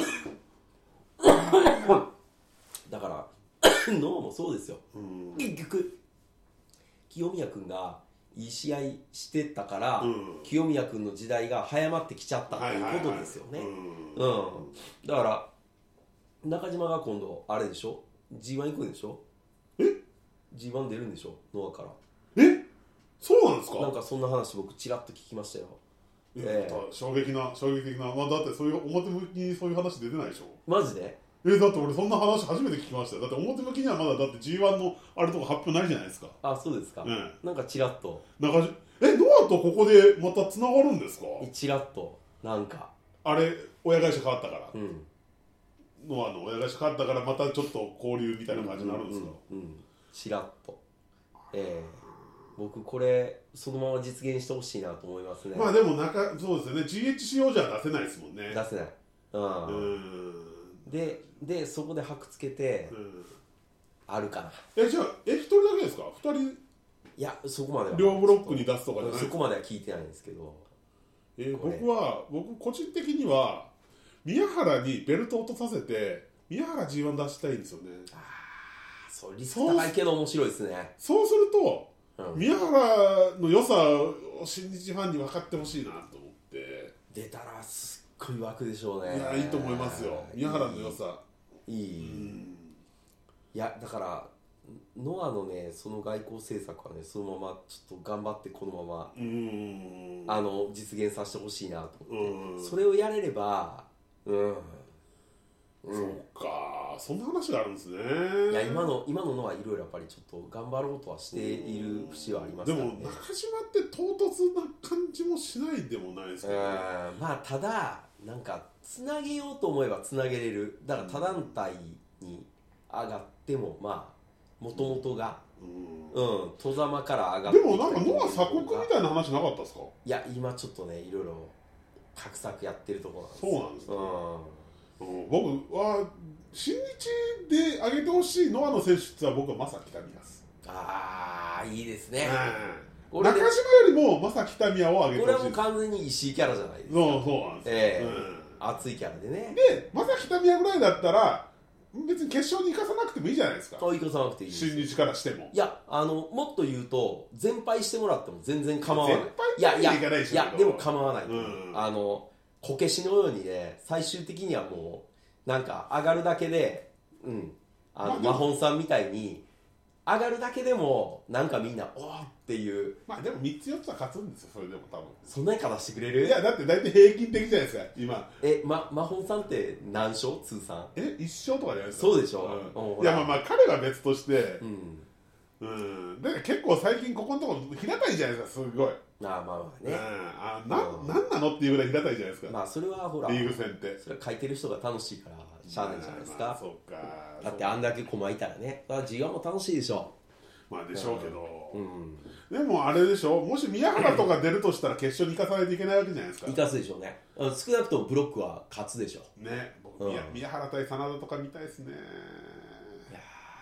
だから *coughs* ノアもそうですよ
うん
結局清宮君がいい試合してたから、
うん
清宮君の時代が早まってきちゃったっていうことですよね、
はいはい
うん
はい
だから中島が今度あれでしょ G1 行くんでしょ
え
G1 出るんでしょノアから
うんえそうなんですか
なんかそんな話僕ちらっと聞きましたよ
いや
ええ
また衝撃な衝撃的な、まあ、だってそういう表向きにそういう話出てないでしょ
マジで
えだって俺そんな話初めて聞きましたよだって表向きにはまだだって G1 のあれとか発表ないじゃないですか
あそうですか、
うん
なんかちらっと
中島えノアとここでまたつながるんですか
ちらっとなんか
あれ親会社変わったから、
うん
ノアの親会社変わったからまたちょっと交流みたいな感じになるんですか、
うんうんうんちらっとええ僕これそのまま実現してほしいなと思いますね、
まあでも中そうですよね GHCO じゃ出せないですもんね
出せない、
う
うん
ー
ででそこで箔つけて
うん
あるかな
えじゃあえ一人だけですか二人
いやそこまでは
両ブロックに出すとかじゃない
そこまでは聞いてないんですけど
えー
これ
僕は僕個人的には宮原にベルト落とさせて宮原 G1 出したいんですよね
あそうリスク高いけど面白いですね
そうすると、
うん
宮原の良さを新日ファンに分かってほしいなと思って、
出たらすっごい枠でしょうね
いやいいと思いますよ宮原の良さ
いい、
うん
いやだからノアのねその外交政策はねそのままちょっと頑張ってこのまま
うん
あの実現させてほしいなと思っ
うん
てそれをやれればうん
そうかそんな話があるんですね
いや今の今ののはいろいろやっぱりちょっと頑張ろうとはしている節はあります
で
から
も
ね
中島って唐突な感じもしないでもないです
う
けどね
んまあただなんかつなげようと思えばつなげれるだから他団体に上がってもまあもともとが
う
う
ん
ん戸ざまから上がって
で
きた
もなんかノア鎖国みたいな話なかったですか
いや今ちょっとねいろいろ画策やってるところなんです
そうなんで
う
すね
ん
うん僕は新日で上げてほしいノアの選手っては僕はまさきたみです、
ああいいですね、
うん
俺
中
で
島よりもまさきたみやを上げて
俺は
ほ
も
しいうです
完全に石井キャラじゃないですか
そうそうなんですよ、
ええ
うん
熱いキャラでね
でまさきたみやぐらいだったら別に決勝に行かさなくてもいいじゃないですか
遠い子さなくていいです
新日からしても
いやあのもっと言うと全敗してもらっても全然構わないい
全敗
や
ま
い
で
や
はいかないでしょうけど
やでも構わない、
うん
あのこけしのようにね最終的にはもうなんか上がるだけでうんあの
まあでも
マホンさんみたいに上がるだけでもなんかみんなおーっていう
まあでも3つ4つは勝つんですよそれでも多分
そんなにからしてくれ
い
る
やだって大体平均的じゃないですか今
えまマホンさんって何勝通算
え一勝とかじゃないですか
そうでしょうん
う
ほ
ん、いや
ら
まあまあ彼は別として
うん
うんだから結構最近ここのところ平たいじゃないですかすごい、
まあまあまあ
うん
ね、
あな
うん
なんなのっていうぐらい平たいじゃないですか、
まあそれはほら
リーグ戦って
それは書いてる人が楽しいからしゃあないじゃないです
まあまあ
か
そうか
だってあんだけ駒いたらねまあ G1 も楽しいでしょ
まあでしょうけど、
うん
でもあれでしょもし宮原とか出るとしたら決勝に行かさないといけないわけじゃないですか
生かすでしょうねあの少なくともブロックは勝つでしょう
ね僕、
うん
宮宮原対真田とか見たいですね
いやー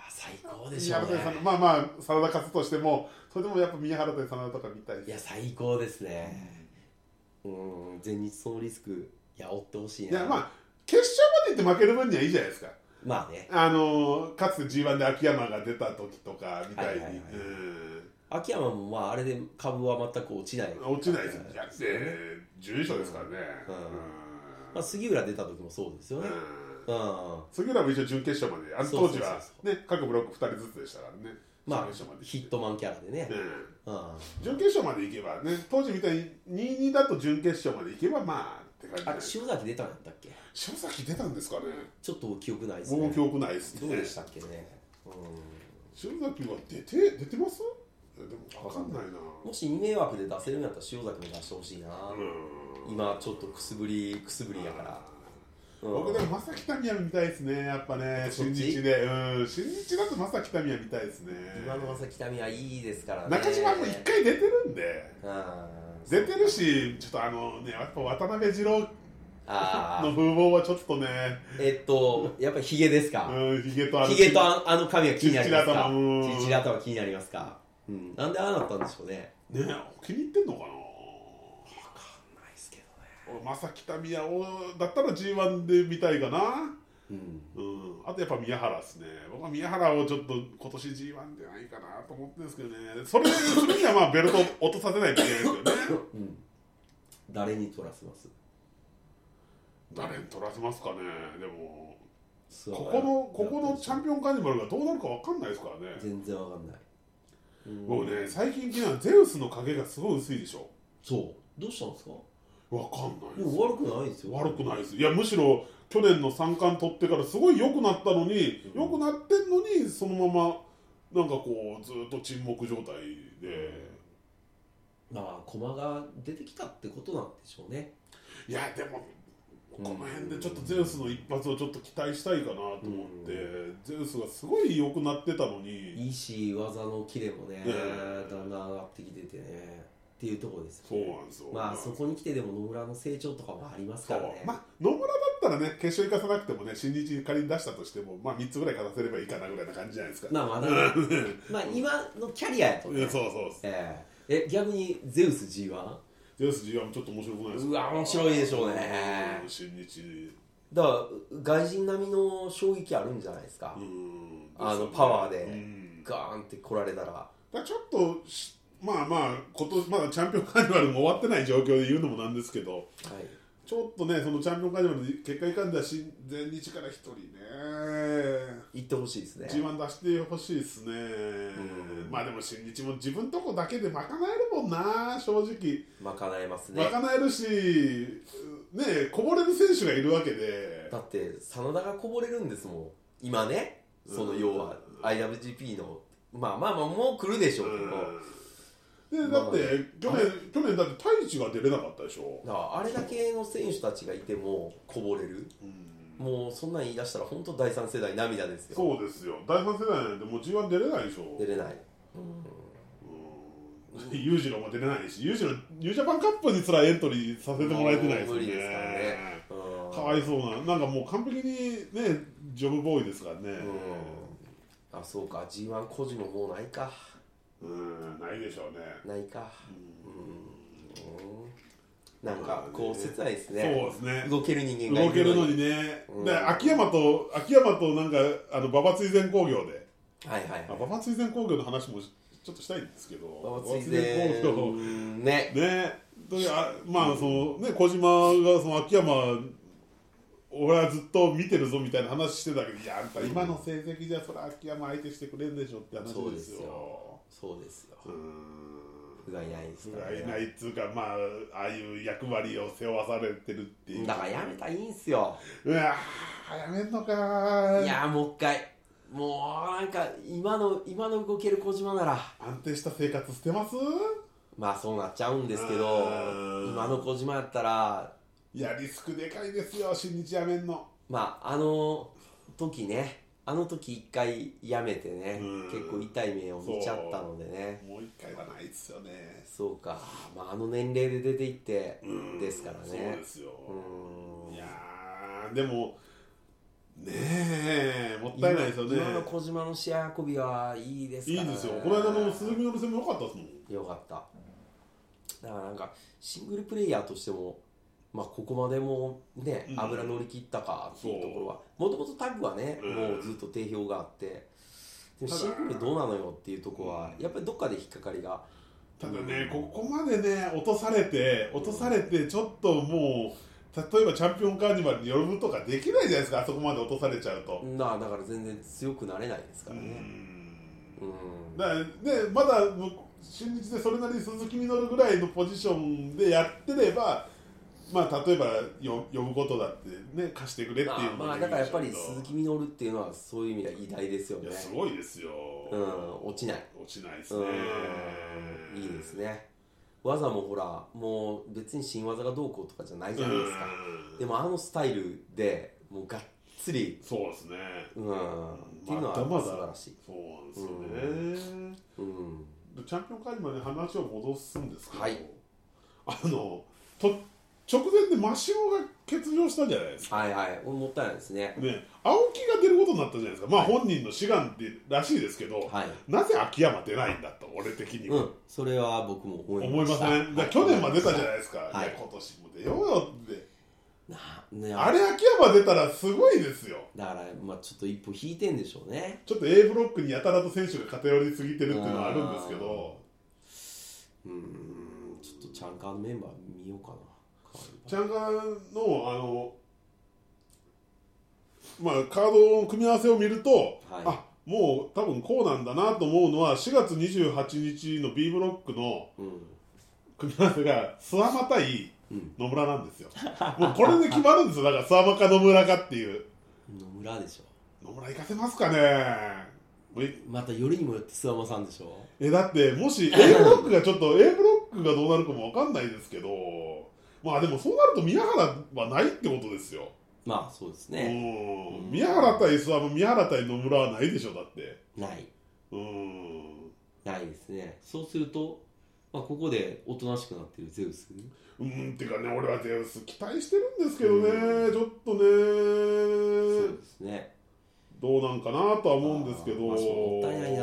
最高でし
宮
ょう
原対真田
ね
まあまあ真田勝つとしてもそれでもやっぱ宮原対真田とか見たい
い
で
や
す
最高ですねうん前日そのリスクいや追ってほしい
い
な
やまあ決勝まで行って負ける分にはいいじゃないですか
まあね
あのーかつて G1 で秋山が出た時とかみた
はいは
いに、
いはい
うん
秋山もまああれで株は全く落ちない
落ちないです
ね
よだって準優勝ですからね
うん
うん
まあ、杉浦出た時もそうですよね
うん
うん、
杉浦も一応準決勝まであの
そう
当
そうそうそう
時はね各ブロック2人ずつでしたからね
ま
準決勝ま
あ
で
ヒットマンキャラでね
う、ん
うん
準決勝まで行けばね当時みたいに2-2だと準決勝まで行けばまあって感じじゃ
あ
な
塩
い
崎出たんやったっけ
塩崎出たんですかね
ちょっと記憶ないです
僕も
ね
記憶ないです
どう
ね
でしたっけね、う、
塩崎は出て出てますえでも分かんないなん
もし2迷惑で出せるんやったら塩崎も出してほしいな、
うん
今ちょっとくすぶりくすぶりやから、うん
僕でも正木民也見たいですねやっぱね
そっ
新
ち
日でうん新日だと正木民也見たいですね
今の正木民はいいですからね
中島も一回出てるんで
うん
出てるしちょっとあのねやっぱ渡辺二郎の
ああ
風貌はちょっとね
えっとやっぱりヒゲですか、
うんヒゲとあの
ヒゲとああの髪は気になりますか
チチラ頭うん
チチラ頭気になりますか、うん、なんでああなったんでしょうね
ね気に入ってんのかな
ないですけど
俺正木民也をだったら G1 で見たいかな
ねうん
うん、あとやっぱ宮原ですね、僕は宮原をちょっと今年 G1 じゃないかなと思ってるんですけどね、それそれにはまあベルトを落とさせないといけないですよね、
うん誰に取らせます
誰に取らせますかね、でも、
こ
ここのここのチャンピオンカーニバルがどうなるか分かんないですからね、
全然わかんない、うん
僕ね、最近気になるゼウスの影がすごい薄いでしょ、
そうどうしたんですか
分かんない
で
です、
も悪くないですよ
悪くないです、いや、むしろ去年の三冠取ってからすごい良くなったのに、
うん
良くなってんのに、そのまま、なんかこう、ずっと沈黙状態で。
まあ駒が出てきたってことなんでしょうね
いやでもこ
うん
の辺でちょっとゼウスの一発をちょっと期待したいかなと思って、ゼウスがすごい良くなってたのに
いいし技のキレもね、
ええ
だんだん上がってきててねっていうところです
そうなんですよ
まあそこに来てでも野村の成長とかもありますからね
そうまあ野村だったらね決勝行かさなくてもね新日に仮に出したとしてもまあ3つぐらい勝たせればいいかなぐらいな感じじゃないですか、
まあまだ、まあ今のキャリアやと
い
ね
やそうそうそう
えええ逆にゼウス G1
ゼウス G1 もちょっと面白くないですか
うわ面白いでしょうね
うん新日
だから外人並みの衝撃あるんじゃないですか、
うん
あのパワーで
うん
ガーンって来られたら
だからちょっとしまあまあ今年まだチャンピオンカーニバルも終わってない状況で言うのもなんですけど
はい
ちょっとね、そのチャンピオンカーニバルで結果いかんだし、前日から一人ね、
行ってほしいですね
G1 出してほしいですね、
ん
まあでも新日も自分とこだけで賄えるもんな、正直、
賄えますね
賄えるし、ね、こぼれる選手がいるわけで、
だって真田がこぼれるんですもん今ねその
うん
要は IWGP のまあまあまあもう来るでしょうけど、
うんでだって、去
まあ
年、去年だって、太一が出れなかったでしょ。
だからあれだけの選手たちがいてもこぼれる
うん
もうそんなん言い出したら本当第三世代涙ですよ
そうですよ第三世代なんてもう G1 出れないでしょ
出れない、
うん裕次郎も出れないし、裕次郎、ニュージャパンカップにすらエントリーさせてもらえてないです
もう
よ
無
ね
理ですからねうん
かわいそうな、なんかもう完璧にね、ジョブボーイですからね、
うんあそうか G1 個人ももうないか
ううんないでしょうね
ないかうんなんかこう切ないです
そう
ね
ですね
動ける人間がい
動けるの
に
にね、
うん
で秋山と秋山となんかあの馬場追善工業で
はいはいはい
あ馬場追善工業の話もしちょっとしたいんですけど
馬場
馬場
追善
工業
ね
ねというあまあそのね小島がその秋山俺はずっと見てるぞみたいな話してたけどいやあんた今の成績じゃそれ秋山相手してくれんでしょって話ですよ
そうですよそうですよ
うーん
不甲斐ないです
不
か
甲
ら
斐ない
ね
っつうかまあああいう役割を背負わされてるっていう
だからやめたらいいんすよ
うわーやめんのかー
いやーもう一回もうなんか今の今の動ける小島なら
安定した生活してます
まあそうなっちゃうんですけど
うん
今の小島やったら
いやリスクでかいですよ新日やめんの
まああの時ねあの時一回やめてね
うん
結構痛い目を見ちゃったのでね
もう一回はないっすよね
そうか、まあ、あの年齢で出ていって
うん
ですから
そう
ね
ですよ
うん
いやーでもねえもったいないですよね
今今の小島の試合運びはいいです
い
から
い
ね
ですよこの間の鈴木の戦も良かったですもん
よかっただからなんかシングルプレイヤーとしてもまあここまでもね
うん
油乗り切ったかっていうところはもともとタッグはね、
うん
もうずっと定評があってでも
ただ
シングルどうなのよっていうところはやっぱりどっかで引っかかりが
ただね、ここまでね落とされて落とされてちょっともう例えばチャンピオンカーニバルに呼ぶとかできないじゃないですかあそこまで落とされちゃうと、
なあだから全然強くなれないですか
う
らね
ん
うん、
だからねまだむ新日でそれなりに鈴木みのるぐらいのポジションでやってればまあ例えばよ呼ぶことだってね貸してくれって
ま
いう
あ
のも
まあ
で
だ
き
から
る
や
で
っ
し
ぱり
ょうけ
鈴
ど
木みのるっていうのはそういう意味では偉大ですよね
いやすごいですよ、
うん落ちない
落ちないですね
うんいいですね技もほらもう別に新技がどうこうとかじゃないじゃないですか
うん
でもあのスタイルでもうがっつり
そうですね
うん、っていうのは
まだまだ
素晴らしい、
そうなんですよね、
うん、
でチャンピオンカーニバルに話を戻すんですけど、
はい
あのと直前でマシオが欠場したじゃないですか、
はいはいもったいないですね
ね、青木が出ることになったじゃないですか、まあ、
はい
本人の志願ってらしいですけど、
はい
なぜ秋山出ないんだと俺的に
う
は、
んそれは僕も思い
思い
ま
ま
した
せん、だから去年まで出たじゃないですか、
はい
いや今年も出ようよって、
なね
あれ秋山出たらすごいですよ
だからまあちょっと一歩引いてんでしょうね
ちょっと A ブロックにやたらと選手が偏りすぎてるっていうのはあるんですけど
うーんちょっとチャンカーのメンバー見ようかな
チャンガンのあの、まあ、カードの組み合わせを見ると、
はい
あもう多分こうなんだなと思うのは4月28日の B ブロックの
うん
組み合わせが諏訪間対
うん
野村なんですよもうこれで決まるんですよだから諏訪間か野村かっていう
野村でしょ
野村行かせますかねもうい
またよりにもよって諏訪間さんでしょ
えだってもし A ブロックがちょっと A ブロックがどうなるかも分かんないですけどまあでもそうなると宮原はないってことですよ
まあそうですねう
う
んん
宮原対諏訪も宮原対野村はないでしょだって
ない
うん
ないですねそうすると、まあ、ここでおとなしくなってるゼウス
うんっていうかね俺はゼウス期待してるんですけどね、
う
ちょっ
そ
と
う
ね
ですね
どうなんかなとは思うんですけど、
あーまあそうもったいないな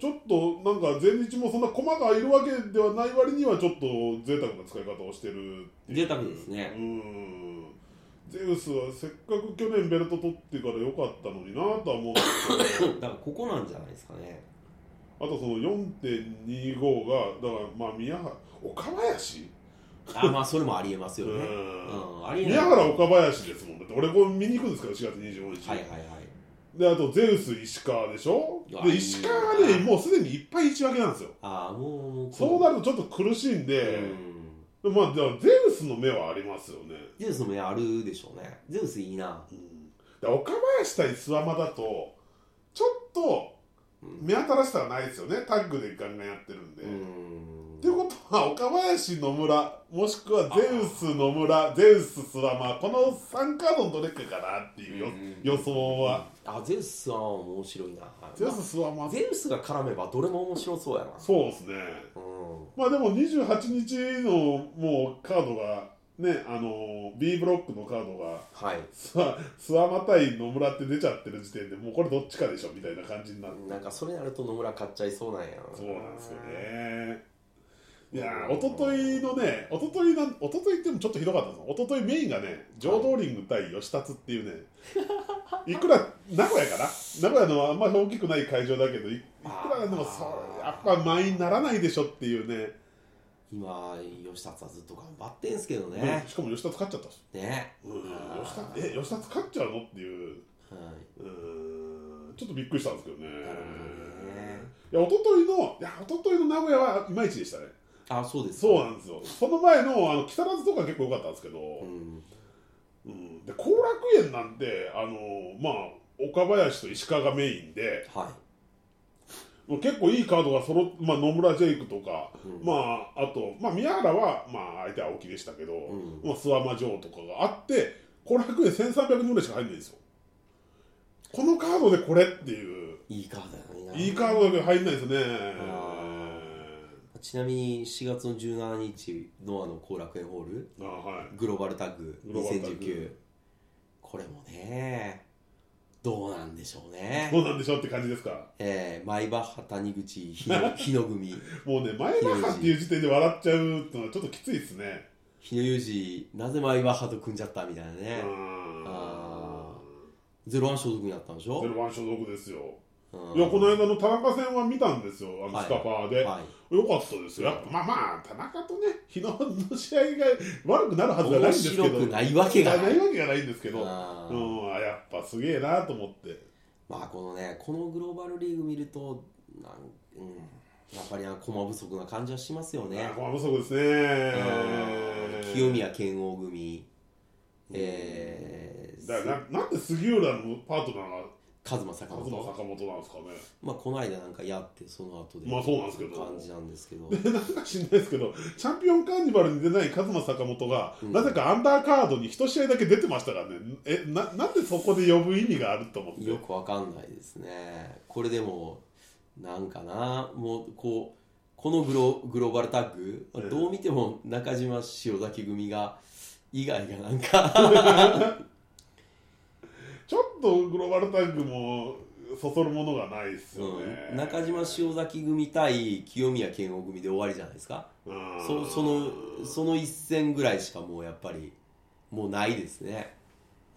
ちょっとなんか前日もそんな駒がいるわけではない割にはちょっと贅沢な使い方をしてるってい
贅
う
沢ですね
うんゼウスはせっかく去年ベルト取ってから良かったのになとは思うんですけ
*coughs* だ
ど
からここなんじゃないですか
*laughs*
ね
あとその4.25がだからまあ宮原岡林
あまあそれもありえますよね
う
うん
ん、
ありえない
宮原岡林ですもんだって俺これ見に行くんですから4月25日、
はいはいはい
であとゼウス石川でしょ
うわ
で石川が
いい
ね
な
もうすでにいっぱい1分けなんですよ
ああもうもう
そう
だ
なるとちょっと苦しいんで、
うん
まあじゃあゼウスの目はありますよね、
ゼウスもやるでしょうねゼウスいいな
うん、で岡林対諏訪間だとちょっと
うん
目新しさがないですよねタッグでガンガンやってるんで、
うん
ってことは岡林野村もしくはゼウス野村ゼウススワマこの3カードのどれかかなっていうよ、
うん
予想は、
あゼウスは面白いな
ゼウススワマ
ゼウスが絡めばどれも面白そうやな
そうですね
うん
まあでも28日のもうカードがね、あの B ブロックのカードが
はい
諏訪諏訪間対野村って出ちゃってる時点でもうこれどっちかでしょみたいな感じになる
なんかそれなると野村買っちゃいそうなんや
そうなんですよねいやー一昨日のね一昨日なん一昨日ってもちょっとひどかったの一昨日メインがね浄土リング対吉達っていうねいくら名古屋かな名古屋のあんまり大きくない会場だけどいいくらでもそうやっぱ満員にならないでしょっていうね
今吉達はずっと頑張ってんすけど
ね
ね、
しかも吉達勝っちゃったし、
ね
うん、吉達え吉達勝っちゃうのっていう
はい、
うーんちょっとびっくりしたんですけどね。
なるほどね
いや一昨日のいや一昨日の名古屋はいまいちでしたね。
あそうですか
そうなんですよ。その前のあの木更津とか結構良かったんですけど、
うん
うんで後楽園なんてあのまあ岡林と石川がメインで、
は
もう結構いいカードが揃っまあ野村ジェイクとか、
い、うん
まああとまあ宮原はまあ相手は青木でしたけど、
うん
まあ諏訪間城とかがあって後楽園1300人ぐらいしか入んないんですよ。このカードでこれっていう。
いいカードやのにない
いカードだけど入んないですね。
あちなみに4月の17日ノアの後楽園ホール
あは
グローバルタッグ
グローバルタッ
2019
グ
これもねどうなんでしょう
い。
ね
どうなんでしょうって感じですか。
えー、マイバッハ谷口日野
*laughs*
日野組
もうね、前バッハっていう時点で笑っちゃうのはちょっときついですね。
日野裕二なぜマイバッハと組んじゃったみたいな
う
ね
ん
あゼロワン所属になったんでしょ
ゼロワン所属ですよ。
うん
いや、この間の田中戦は見たんですよ、あの
はい
スカパーで。
はい
よかったですよ。やっぱまあまあ、田中とね、日野の試合が悪くなるはずがないん
面
ですけど。
白くないわけが
な
ないい
わけがないんですけど。
あ
う
ー
ん、あやっぱすげえなと思って。
まあこのねこのグローバルリーグ見るとなん、うん、やっぱりあの駒不足な感じはしますよね
あ駒不足ですね
うん。清宮健王組、えー、
だからななんで杉浦のパートナーが
カズマ坂
カズマ
本
坂本なんですかね
まあこの間なんかやってその後で
まあそうなんですけど
感じなんですけど
でなんか知んないですけどチャンピオンカーニバルに出ないカズマ坂本が、
うん
なぜかアンダーカードに一試合だけ出てましたからねえななんでそこで呼ぶ意味があると思って
よくわかんないですねこれでもなんかなもうこうこのグログローバルタッグ、
ええ
どう見ても中島塩崎組が以外がなんか
ちょっとグローバルタッグもそそるものがないですよね、
うん、中島塩崎組対清宮健吾組で終わりじゃないですか
うん
そそのその一戦ぐらいしかもうやっぱりもうないですね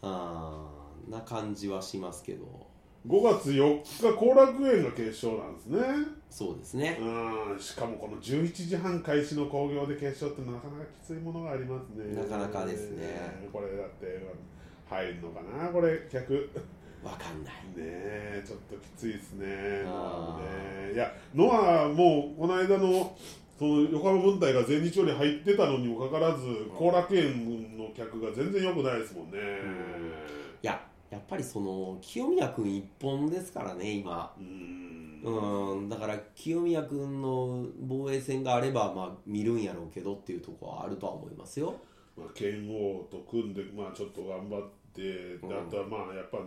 あーな感じはしますけど
5月4日後楽園が決勝なんですね
そうですね
うんしかもこの11時半開始の興行で決勝ってなかなかきついものがありますね
なかなかですね
これだって入るのかなこれ客ね
わかんない
えちょっときついですね
あ
ねいやノアもうこの間のその横浜分隊が全日より入ってたのにもかかわらず後楽園の客が全然良くないですもんね
いややっぱりその清宮君一本ですからね今
うん
うんだから清宮君の防衛戦があればまあ見るんやろうけどっていうところはあるとは思いますよ
まあ、剣王と組んで、まあ、ちょっと頑張って、で
うん
あとはまあやっぱ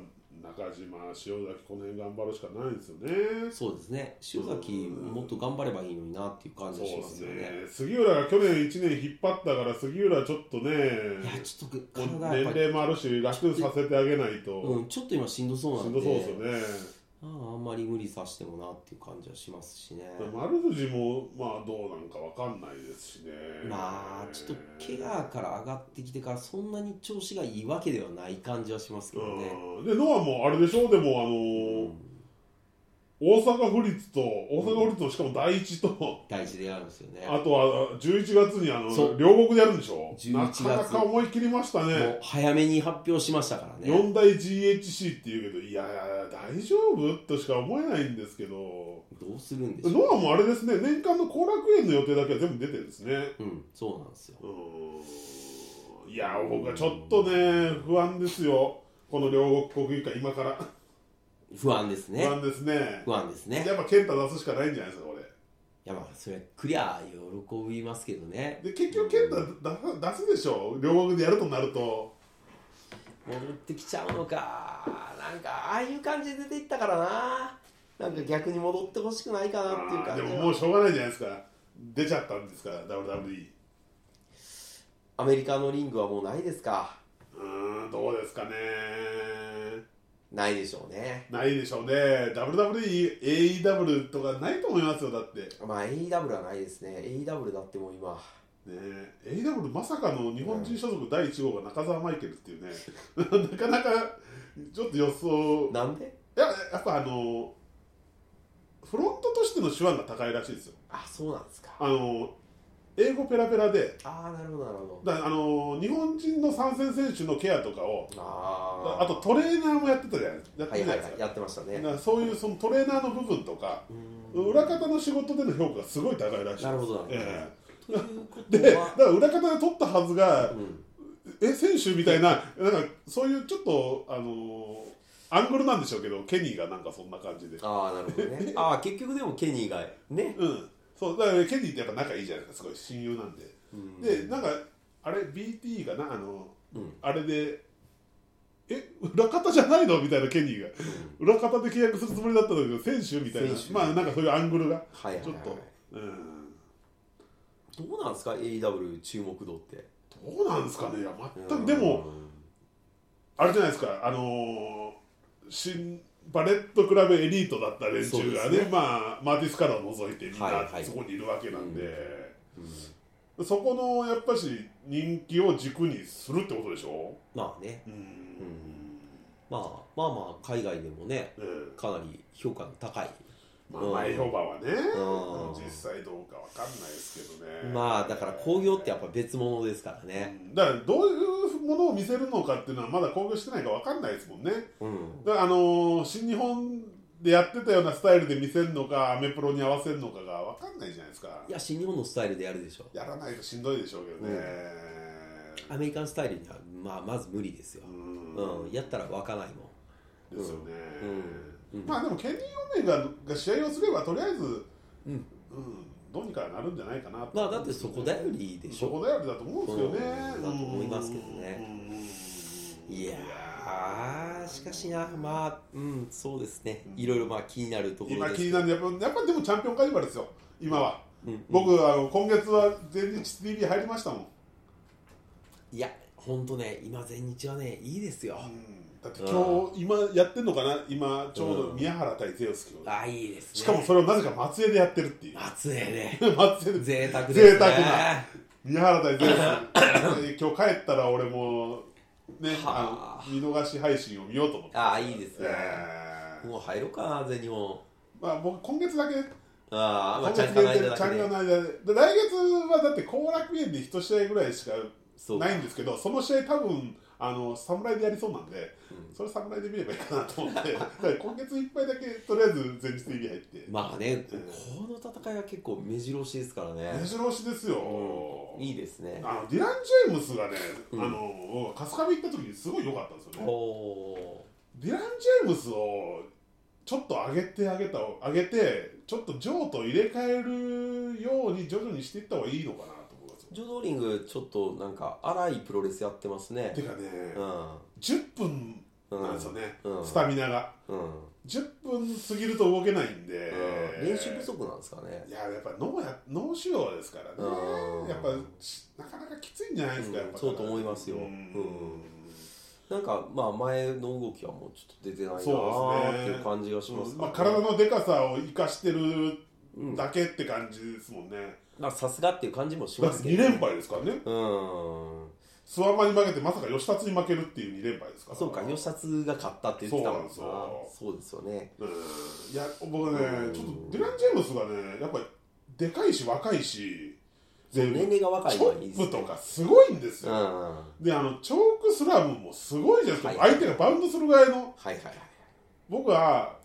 中島、塩崎、この辺頑張るしかないんですよね。
そうですね塩崎もっと頑張ればいいのになっていう感じがしますよね
杉浦が去年1年引っ張ったから、杉浦ちょっと
いや
ね、
ちょっと
こう
体や
年
っぱり、
齢もあるし、楽させてあげないと、
うん、ちょっと今しんどそう
し
なんん
ど
で
そうですよね。
あああんまり無理させてもなっていう感じはしますしね
丸藤も、まあ、どうなんかわかんないですしね。
まあちょっと怪我から上がってきてからそんなに調子がいいわけではない感じはしますけどね、
うん、で、ノアもあれでしょ、でも、あの
うん
大阪府立と、大阪府立のしかも第一と、
大事でやるんですよね
あとは11月にあ
そう
の両国でやるんでしょ
11月
なかなか思い切りました
も
ね
う早めに発表しましたからね
四大 GHC っていうけどいやいや大丈夫としか思えないんですけど
どうするんでしょう
ノアもあれですね年間の後楽園の予定だけは全部出てるんですね
うんそうなんですよ
うーんいや僕はちょっとね不安ですよこの両国国技館今から
不安です
不
ね
安ですね
不安ですね
やっぱ健太出すしかないんじゃないですかこれ
いやまあそれクリア喜びますけどね
で結局健太出す出すでしょ両国でやるとなると
戻ってきちゃうのかなんかああいう感じで出ていったからななんか逆に戻ってほしくないかなっていう
あー
感
で
じ
も
は
もうしょうがないじゃないですか出ちゃったんですから WWE
あアメリカのリングはもうないですか
うーんどうですかね
ないでしょうね
ないでしょうね WWE、AEW とかないと思いますよだって、ね
まあ AEW はないですね AEW だってもう今
え、AEW まさかの日本人所属第1号が中澤マイケルっていうね *laughs* なかなかちょっと予想
なんで
いややっぱあのフロントとしての手腕が高いらしいですよ
あそうなんですか
あの英語ペラペラで
ああなるほどなるほど
だあの日本人の参戦選手のケアとかを
あ
あとトレーナーもやってたじゃないや
あ
っ
は
てる
い
じゃ
は
ない
いはい
ですか
やってました
だ
ね
からそういうそのトレーナーの部分とか
うーん
裏方の仕事での評価がすごい高いらしい
なるほどなるほど、
え
というこ
え
と
でだ
は
か、ら裏方で取ったはずが
うん、
え選手みたいななんかそういうちょっとあのアングルなんでしょうけどケニーがなんかそんな感じで
ああなるほど
*laughs*
ねああ結局でもケニーがね、
うん、そうだからケニーってやっぱ仲いいじゃないですかすごい親友なんで、
うん、
でなんかあれ BT がなあの
うん
あれでえ裏方じゃないのみたいなケニーが裏方で契約するつもりだったんだけど選手みたいな
選手
まあなんかそういうアングルが
はいはい
ちょ
は
っ
い
と、
どうなんですか AEW 注目度って
うんどうなんですかねいや全くでもあれじゃないですかあのー新バレットクラブエリートだった連
そうで
中が
す
ね
ね
まあマーティスカラを除いてみん
は
ない
はい
そこにいるわけなんで。
うん、うん
そこのやっぱし人気を軸にするってことでしょ
まあね
うーん、
まあまあまあ海外でもね
ええ
かなり評価の高い
まあ
うん
前評判はね、
うん
実際どうかわかんないですけどね
まあだから興行ってやっぱ別物ですからね
うんだからどういうものを見せるのかっていうのはまだ興行してないかわかんないですもんね
うん
だからあのー新日本でやってたようなスタイルで見せるのかアメプロに合わせるのかがわかんないじゃないですか
いや新日本のスタイルでやるでしょ
やらないとしんどいでしょうけどね
アメリカンスタイルには、まあ、まず無理ですよ
う、
うんやったら湧かないもん
ですよね、
うんうん
まあでもケニー・オメガが試合をすればとりあえず、
うん
どうにかなるんじゃないかなと
まあだってそこだよりでし
そ
ょ
こだよりだと思うんですよね
うんだと思いますけどね
うん
いやーしかしなまあうんそうですね
うん
いろいろまあ気になるところ
今
です
気になるのはやっぱやっぱでもチャンピオンカニバルですよ今は、
うんうん
僕あの今月は全日 TV 入りましたもん、
いやほんとね今全日はねいいですよ
だって今日今やってんのかな今ちょうど
うん
宮原対ゼウスを、
あいいですね
しかもそれをなぜか松江でやってるっていう
松江
*laughs*
ね
松江で
贅沢ですね
贅沢な宮原対ゼウ
*coughs*
ス今日帰ったら俺もね
は
あの見逃し配信を見ようと思って
ああいいですね、
えー
もう入ろうかな全日本
まあ僕今月だけ
ああま
今
あ
月
ちゃんかないだ
ちゃ
け
んが
で
の間でで来月はだって後楽園で一試合ぐらいしか
そう
ないんですけどその試合多分あの侍でやりそうなんで、
うん
それ侍で見ればいいかなと思
*laughs*
ってだから今月いっぱいだけとりあえず全日 TV 入って
まあねこの戦いは結構目白押しですからね
目白押しですよ、
うんいいですね
あのディラン・ジェームスがね、
うん
あの春日部行った時にすごい良かったんですよね
お
ディラン・ジェームスをちょっと上げて上げた上げてちょっとジョーと入れ替えるように徐々にしていった方がいいのかなと思いますよ
ジョドーリングちょっとなんか荒いプロレスやってますね
てかね、
うん
10分
うん
なんですよね、
うん
スタミナが
うん
10分過ぎると動けないんで、
うん練習不足なんですかね
いややっぱ脳や脳腫瘍ですからね、
うん
やっぱしなかなかきついんじゃないですか、
うん
やっぱ
そうと思いますよ
うん
うんなんかまあ前の動きはもうちょっと出てないな
そうです
ー
ね
っていう感じがします
うん
か
まあ、
ら
体のでかさを生かしてる
うん
だけって感じですもんね、
まあさすがっていう感じもし
だ
ま
っ
す
て
け
2
ど
連敗ですからね
うん
諏訪間に負けてまさか吉達に負けるっていう2連敗ですから
そうか、吉達が勝ったって言ってたもんな。
そうなんです
そうですよね。
うんいや僕ね
うん
ちょっとディラン・ジェームスがねやっぱりでかいし若いしで
年齢が若
チ
いの
ョ
はいいで
ッ
すね
プとかすごいんです
うん。
よ、
は
であのチョークスラムもすごいじゃないですか、
はい
相手がバウンドするぐらいの
いはいはい。
僕は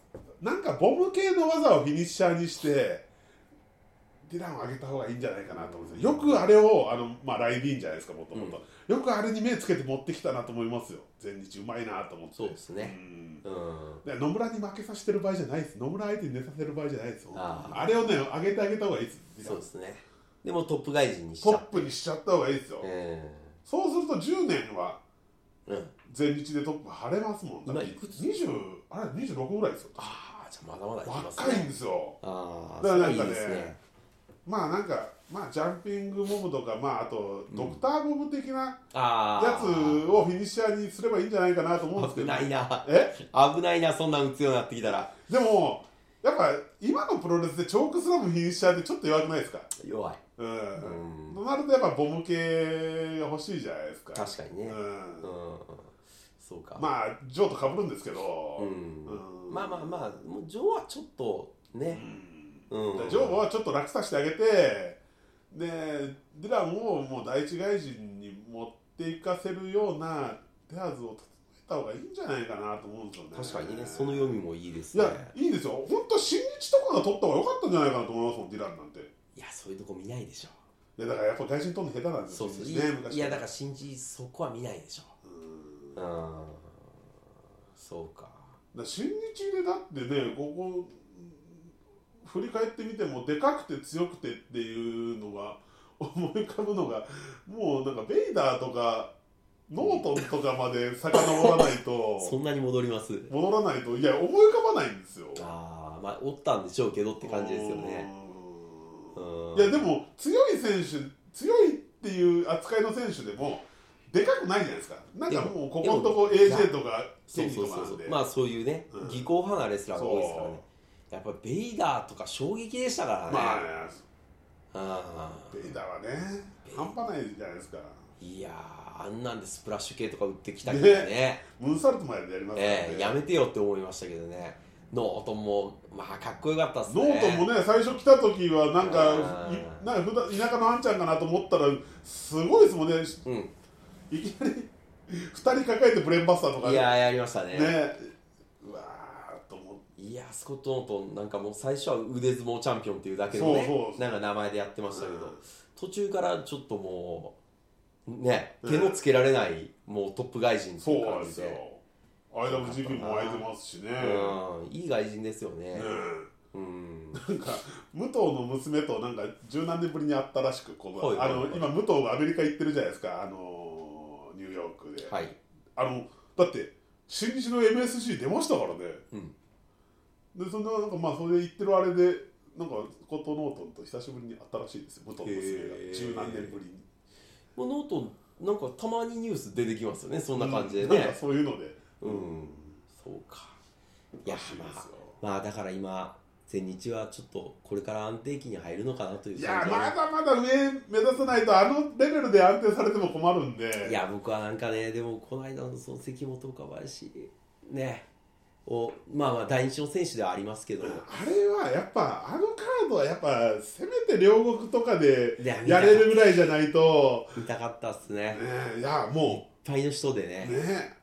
なんかボム系の技をフィニッシャーにしてディランを上げた方がいいんじゃないかなと思うんですよよくあれをあの、まあ、ライディーンじゃないですかもともとよくあれに目つけて持ってきたなと思いますよ全日うまいなと思って
そうですね
うん
うん。
で野村に負けさせてる場合じゃないです野村相手に寝させる場合じゃないですよ
あ
あれをね上げてあげた方がいいです
そうですね。でもトップ外人にし
ト
ち
ッ
ゃ
プにしちゃった方がいいですよ、
う。うん。
そうすると10年は
うん。
全日でトップ張れますもんだっ
今
て
いくつ
20あれ26ぐらいですよ
ああ、じゃあまだまだいきます
若いん
ね。
ですよ
ああ、
だ
そ
か
れ
らなん
いい
かね
ですね。
まあなんかまあジャンピングモブとか、まあ、あとドクターモブ的な
あ
やつをフィニッシャーにすればいいんじゃないかなと思うんですけ
危
ど
ないな
え
危ないなそんなん打つようになってきたら
でもやっぱ今のプロレスでチョークスラムフィニッシャーってちょっと弱くないですか
弱い
うん、
うん
となるとやっぱボム系が欲しいじゃないですか
確かにね
う
う
ん
ん、そうか
まあジョーとかぶるんですけど、
うん
うん
まあまあまあもうジョーはちょっとねうん、
でジョーはちょっと楽させてあげてでディランをもう第一外人に持っていかせるような手はずを整えた方がいいんじゃないかなと思うんですよね
確かにねその読みもいいです
い
ね
やいいですよ本当新日とかが取った方が良かったんじゃないかなと思いますもんディランなんてい
いやそういうとこ見ないでしょ
やだからやっぱ外人取るの下手なんです
そ
よ
うそう
新
い
日ね昔
いやだから新人そこは見ないでしょうんそうか
だから新日でだってねここ振り返ってみてもでかくて強くてっていうのが *laughs* 思い浮かぶのがもうなんかベイダーとかノートンとかまで遡らない
そ
と
んなに戻ります
戻らないといや思い浮かばないんですよ
ああまあおったんでしょうけどって感じですよね
う
うんん
いやでも強い選手強いっていう扱いの選手でもでかくないじゃないですかなんかもうここのとこ
でも
AJ とかケ
そうそ
ニーと
う
か
そう
な
んそ
で
うまあそういうね、
うん
技巧派なレスラーが多いですからねやっぱベイダーとか衝撃でしたからね、
まあ
あー
ベイダーはね半端ないじゃないですか
いやーあんなんでスプラッシュ系とか打ってきたけどね
ムーンサルトまでやりますからね
ええやめてよって思いましたけどねノートンもまあかっこよかったっす
ノ
ね
ートンもね最初来た時はなんか
あー
いなんか普段田舎のあんちゃんかなと思ったらすごいですもんね
うん
いきなり2人抱えてブレーンバスターとか
い
ね
やーやりましたね
うわーっと思って
いやースコット・ノートンなんかもう最初は腕相撲チャンピオンっていうだけのね
そうそう
なんか名前でやってましたけど、
うん
途中からちょっともうね手のつけられない、もうトップ外人って
そ
いう
う
感
なんで
じ
す
で
よ IWGP も空いてますしね
うんいい外人ですよね
ね
うん
なんか武藤の娘となんか十何年ぶりに会ったらしくこ
はいうは
あ
いはい
の今武藤がアメリカ行ってるじゃないですかあのニューヨークで
*laughs* はい
あのだって新日の MSG 出ましたからね、
うん
でそんななんかまあそれで言ってるあれでなんかコットンノートンと久しぶりに会ったらしいですよ武藤の娘が
へー
十何年ぶりに
もうノートンなんかたまにニュース出てきますよねそんな感じで
うんなん
ね
かそういうので
うん、そうかいや
らしいですよ
まあまあだから今全日はちょっとこれから安定期に入るのかなという
いや
感じ
ま
はね
だまだ上目指さないとあのレベルで安定されても困るんで
いや僕はなんかねでもこの間のその関本岡林ねをまあまあ第一の選手ではありますけど、
あれはやっぱあのカードはやっぱせめて両国とかで
いや
やれるぐらいじゃないと、
見たかったっすね
ね、いやも
いっぱいの人で
う
ね
ね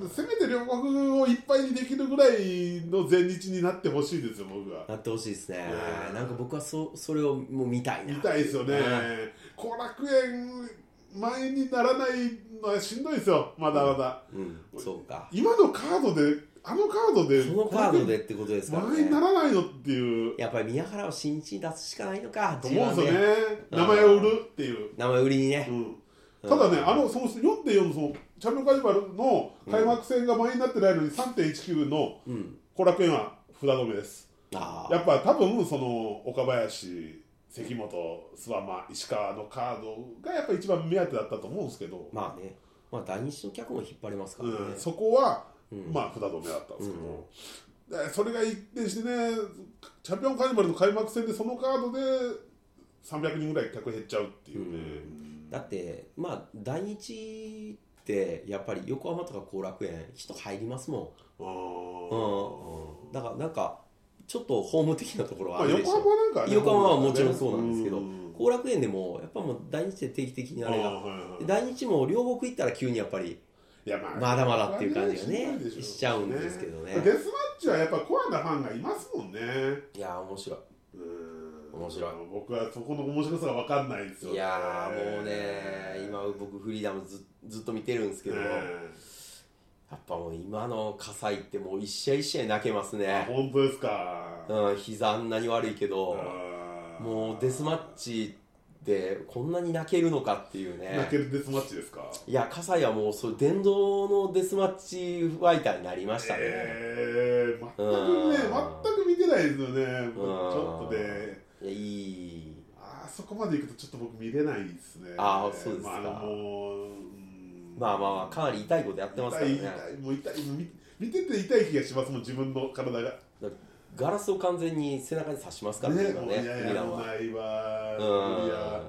うん
せめて両国をいっぱいにできるぐらいの前日になってほしいですよ僕は
なってほしいですね
ね
なんか僕はそそれをもう見たいな
見たいですよね
うん
後楽園前にならないのはしんどいですよまだまだ、
うん、そうか
今のカードであのカードで
そのカードでってことですから
前にな
ね
らないのっていう
やっぱり宮原を新日に出すしかないのか
と思うんですよ
G1
ね
で
名前を売るっていう
名前売りにね、
うん、ただね、あのその4.4のそのチャンピオンカーニバルの開幕戦が前になってないのに3.19の
うん、
後楽園は札止めです。
ああ
やっぱ多分その岡林、関本、諏訪間、石川のカードがやっぱ一番目当てだったと思うんですけど、
まあねまあ大日の客も引っ張れますからね、
うん、そこは、
うん
まあ札止めだったんですけど。でそれが一転してね、チャンピオンカーニバルの開幕戦でそのカードで300人ぐらい客減っちゃうっていうね、
だってまあ大日ってやっぱり横浜とか後楽園人入りますも
うん
ん、うん、だからなんかちょっとホーム的なところ
ま
はあ
あ、
るでし
横
ょ、
浜なんかはね
横浜はもちろんそうなんですけど
うん
後楽園でもやっぱもう大日で定期的にあれ
あ
が
ーはいはい
で大日も両国行ったら急にやっぱり
いやまあ
まだまだっていう感じがね
まあしょ
しちゃうんですけどね
デスマッチはやっぱコアなファンがいますもんね
いやー面白い
うん
面白い
僕はそこの面白さが分かんないんですよ
いやーもうね今僕フリーダムずずっと見てるんですけど、
え
やっぱもう今の葛西ってもう一試合一試合泣けます
え
ね、
本当ですか
うん、膝あんなに悪いけど
あー
もうデスマッチでこんなに泣けるのかっていう
泣け
ね
るデスマッチですか
いや葛西はもうそう電動のデスマッチファイターになりましたね、
ええ全く
うん
ね全く見てないですよ
う
ねち
ん
ょっとね
いやいい
ああそこまで行くとちょっと僕見れないですね
あーそうですか
まあ、あのもう、うん
まあまあまあかなり痛いことやってますからね
痛い痛いもう痛いもう見見てて痛い気がしますもん自分の体がね
ガラスを完全に背中に刺しますからね今
もう
ね
いや
ミ
や
ラ
ら
ンは
ないわいや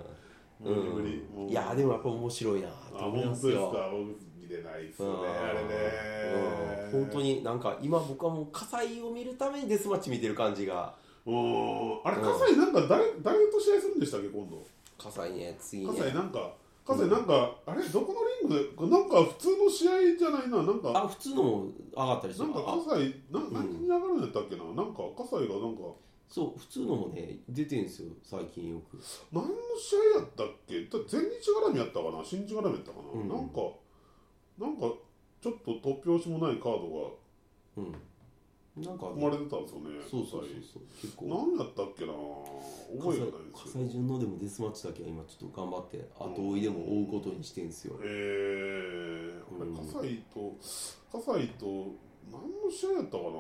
う
無
ん
理無理
う
も
ん
う
いやでもやっぱ面白いな
あ
と思
本
い
当
ま
です
す
か
よ
僕見れないです
う
ね
ん
あれね
うん本当になんか今僕はもう火災を見るためにデスマッチ見てる感じが
うんあれ
うん
葛西なんか誰誰と試合するんでしたっけ今度
火災ね次ね
葛西なんか葛西なんか、あれどこのリングでなんか普通の試合じゃないななんか
あ普通のも上がったりす
な
る
んか
あ
葛西な
うん
何に上がるんやったっけな、なんか葛西がなんか
そう普通のもね出てんですよ最近よく
何の試合やったっけだ全日絡みやったかな新日絡みやったかな、
うん
なんかなんかちょっと突拍子もないカード
うんなんか
が
ね
生まれてたんですよね
そうそうそう
葛西
そう結構
何やったっけな覚えがないんです
葛西
けど
順のでもデスマッチだけは今ちょっと頑張って後追いでも追うことにしてんすよ
えー、あれ
うん
葛西と葛西と何の試合やったかな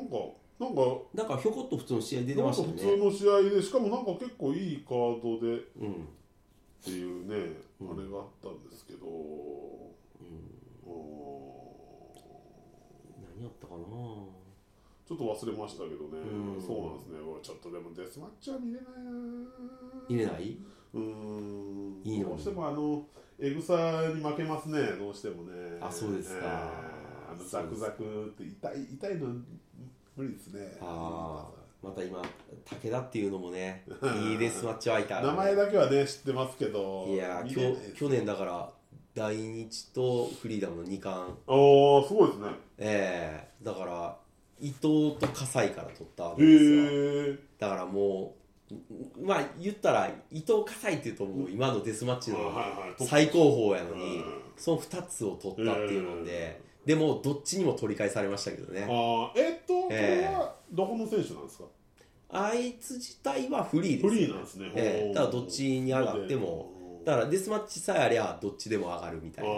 なんかなんか
だからひょこっと普通の試合出て
な
ま
ん
した
か
よ
普
ね
通の試合でしかもなんか結構いいカードで
うん
っていうね、
うん
あれがあったんですけど、お
何やったかな
ーちょっと忘れましたけどね、
うん
そうなんですね俺ちょっとでもデスマッチは見れないな
入れないう
ーん
いいの
どうしてもあのエグサに負けますねどうしてもね
あそうですか
えーあのザクザクって痛い痛いの無理ですね
あーまた今武田っていうのもねいいデスマッチ相手ある
名前だけはね知ってますけど
いやー
見
き
れない
ょ
です
去年だから大日とフリーダムの2冠
ああすごいですね
ええだから伊藤と葛西から取ったわけですよ、
へえ
だからもうんまあ言ったら伊藤葛西っていうともう今のデスマッチの最高峰やのに
うん
その2つを取ったっていうのででもどっちにも取り返されましたけどね
あーえっと、こ
ええ
れはどこの選手なんですか
あいつ自体はフリーです
フリーなんですね、
ええ
おー
ただどっちに上がってもだからデスマッチさえありゃどっちでも上がるみたいな
あ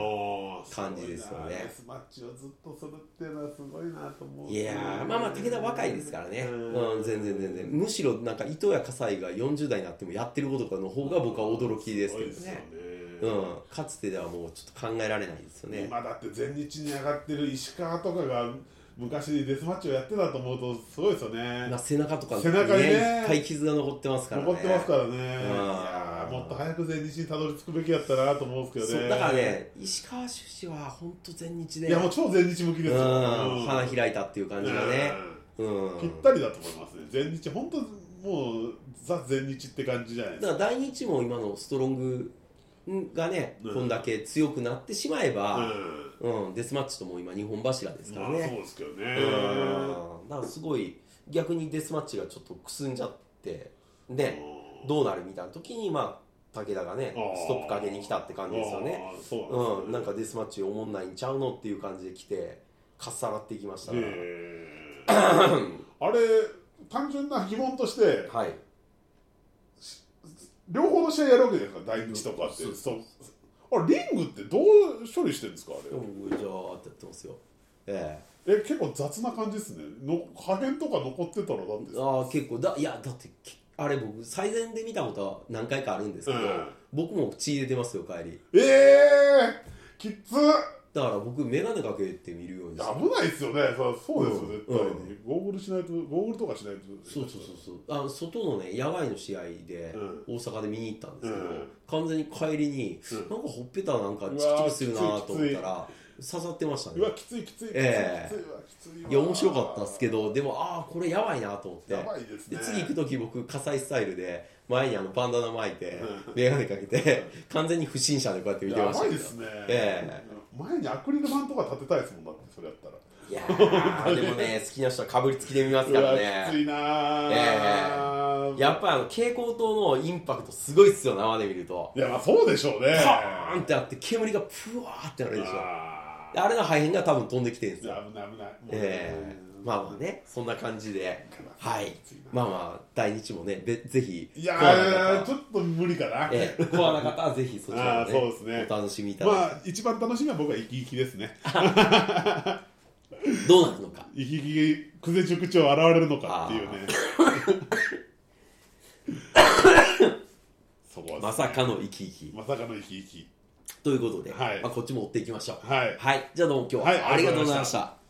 ー
感じですよね
すごいなデスマッチをずっとするっていうのはすごいなと思う
い
い
やーまあまあ武田若いですからねうん全然全然
無
むしろなんか伊藤や葛西が40代になってもやってることとかの方が僕は驚きですけどねう
よね
んかつてではもうちょっと考えられないですよね
今だって全日に上がってる石川とかが昔デスマッチをやってたと思うとすごいですよね
まあ、背中とか
背中にね
いっぱい傷が残ってますからね
残ってますからねい
ん
やーもっと早く全日にたどり着くべきやったなと思うんです
そ
けど
う
ね
だからね石川修司は本当全日で
いやもう超全日向きですよ、
うん、花
き
開いたっていう感じがね、うん、
ぴったりだと思いますね全日本当もうザ全日って感じじゃないです
だ
か
から大日も今のストロングがね、
うん
こんだけ強くなってしまえ
うん
ば、うんデスマッチとも今日本柱ですから
まあそ
ね、
うですけどね、
うん、だからすごい逆にデスマッチがちょっとくすんじゃってね、どうなるみたいな時にまあ武田がね
あー
ストップかけに来たって感じですよね
あーそうなんです
う
ね
ん、なんかデスマッチおもんないんちゃうのっていう感じで来てかっさらっていきましたから、
へーあれ単純な疑問として
はい
両方の試合やるわけじゃないですか大日とかって
そう
そうあれリングってどう処理してるんですかあ
で
れ
もじゃーってやってますよええ
え結構雑な感じですねの破片とか残ってたらだって
ああ結構だいやだってけあれ僕最前で見たことは何回かあるんですけど、
うん
僕も血出てますよ帰り
ええー、きっつ
だから僕眼鏡かけて見るようにして
危ないですよねそうそうですよ、
うん
絶対に、ゴーグルしないとゴーグルとかしないと
そうそうそうそうあの外のね野外の試合で
う
大阪で見に行ったんですけど、
うん
完全に帰りに、
うん
なんかほっぺたなんかチキチキするなと思ったら刺さってましたね
うわきついきついきつい、
ええ
きついわきついわ
いや面白かったですけどでもああこれやばいなと思って
やばいです
で
ね
次行く時僕火災スタイルで前にあのバンダナ巻いて眼鏡かけて完全に不審者でこうやって見て
や
ました
ば
け
い
ど
ですね、
え
前にアクリル板とか立てたいですもんだってそれやったら
いやーでもね好きな人はかぶりつきで見ますから
うわきつ
ね
いなー、
えやっぱあの蛍光灯のインパクトすごいっすよ生で見ると
いやまあそうでしょうね
パーンってあって煙がプワーってなるでしょ
あ
であれの破片が多分飛んできてるんです
ーい
よ
や危ない危ないもう
ええまあまあねそんな感じではい
きついな
まあまあ大日もねべぜひ
いや
コアな方は
ーちょっと無理かな、
ええ、コアな方はぜひそちら
あ
も
ー
ね
そうですね
お楽しみいただいて、
まあ一番楽しみは僕は生き生きですね
どうなるのか
生き生き久世塾 *laughs* 長現れるのかっていうね
まさかの生き生き
まさかの生き生き
ということで、
はい
まあ、こっちも追っていきましょう
はい
はい、じゃあどうも今日は、
はい
ありがとうございました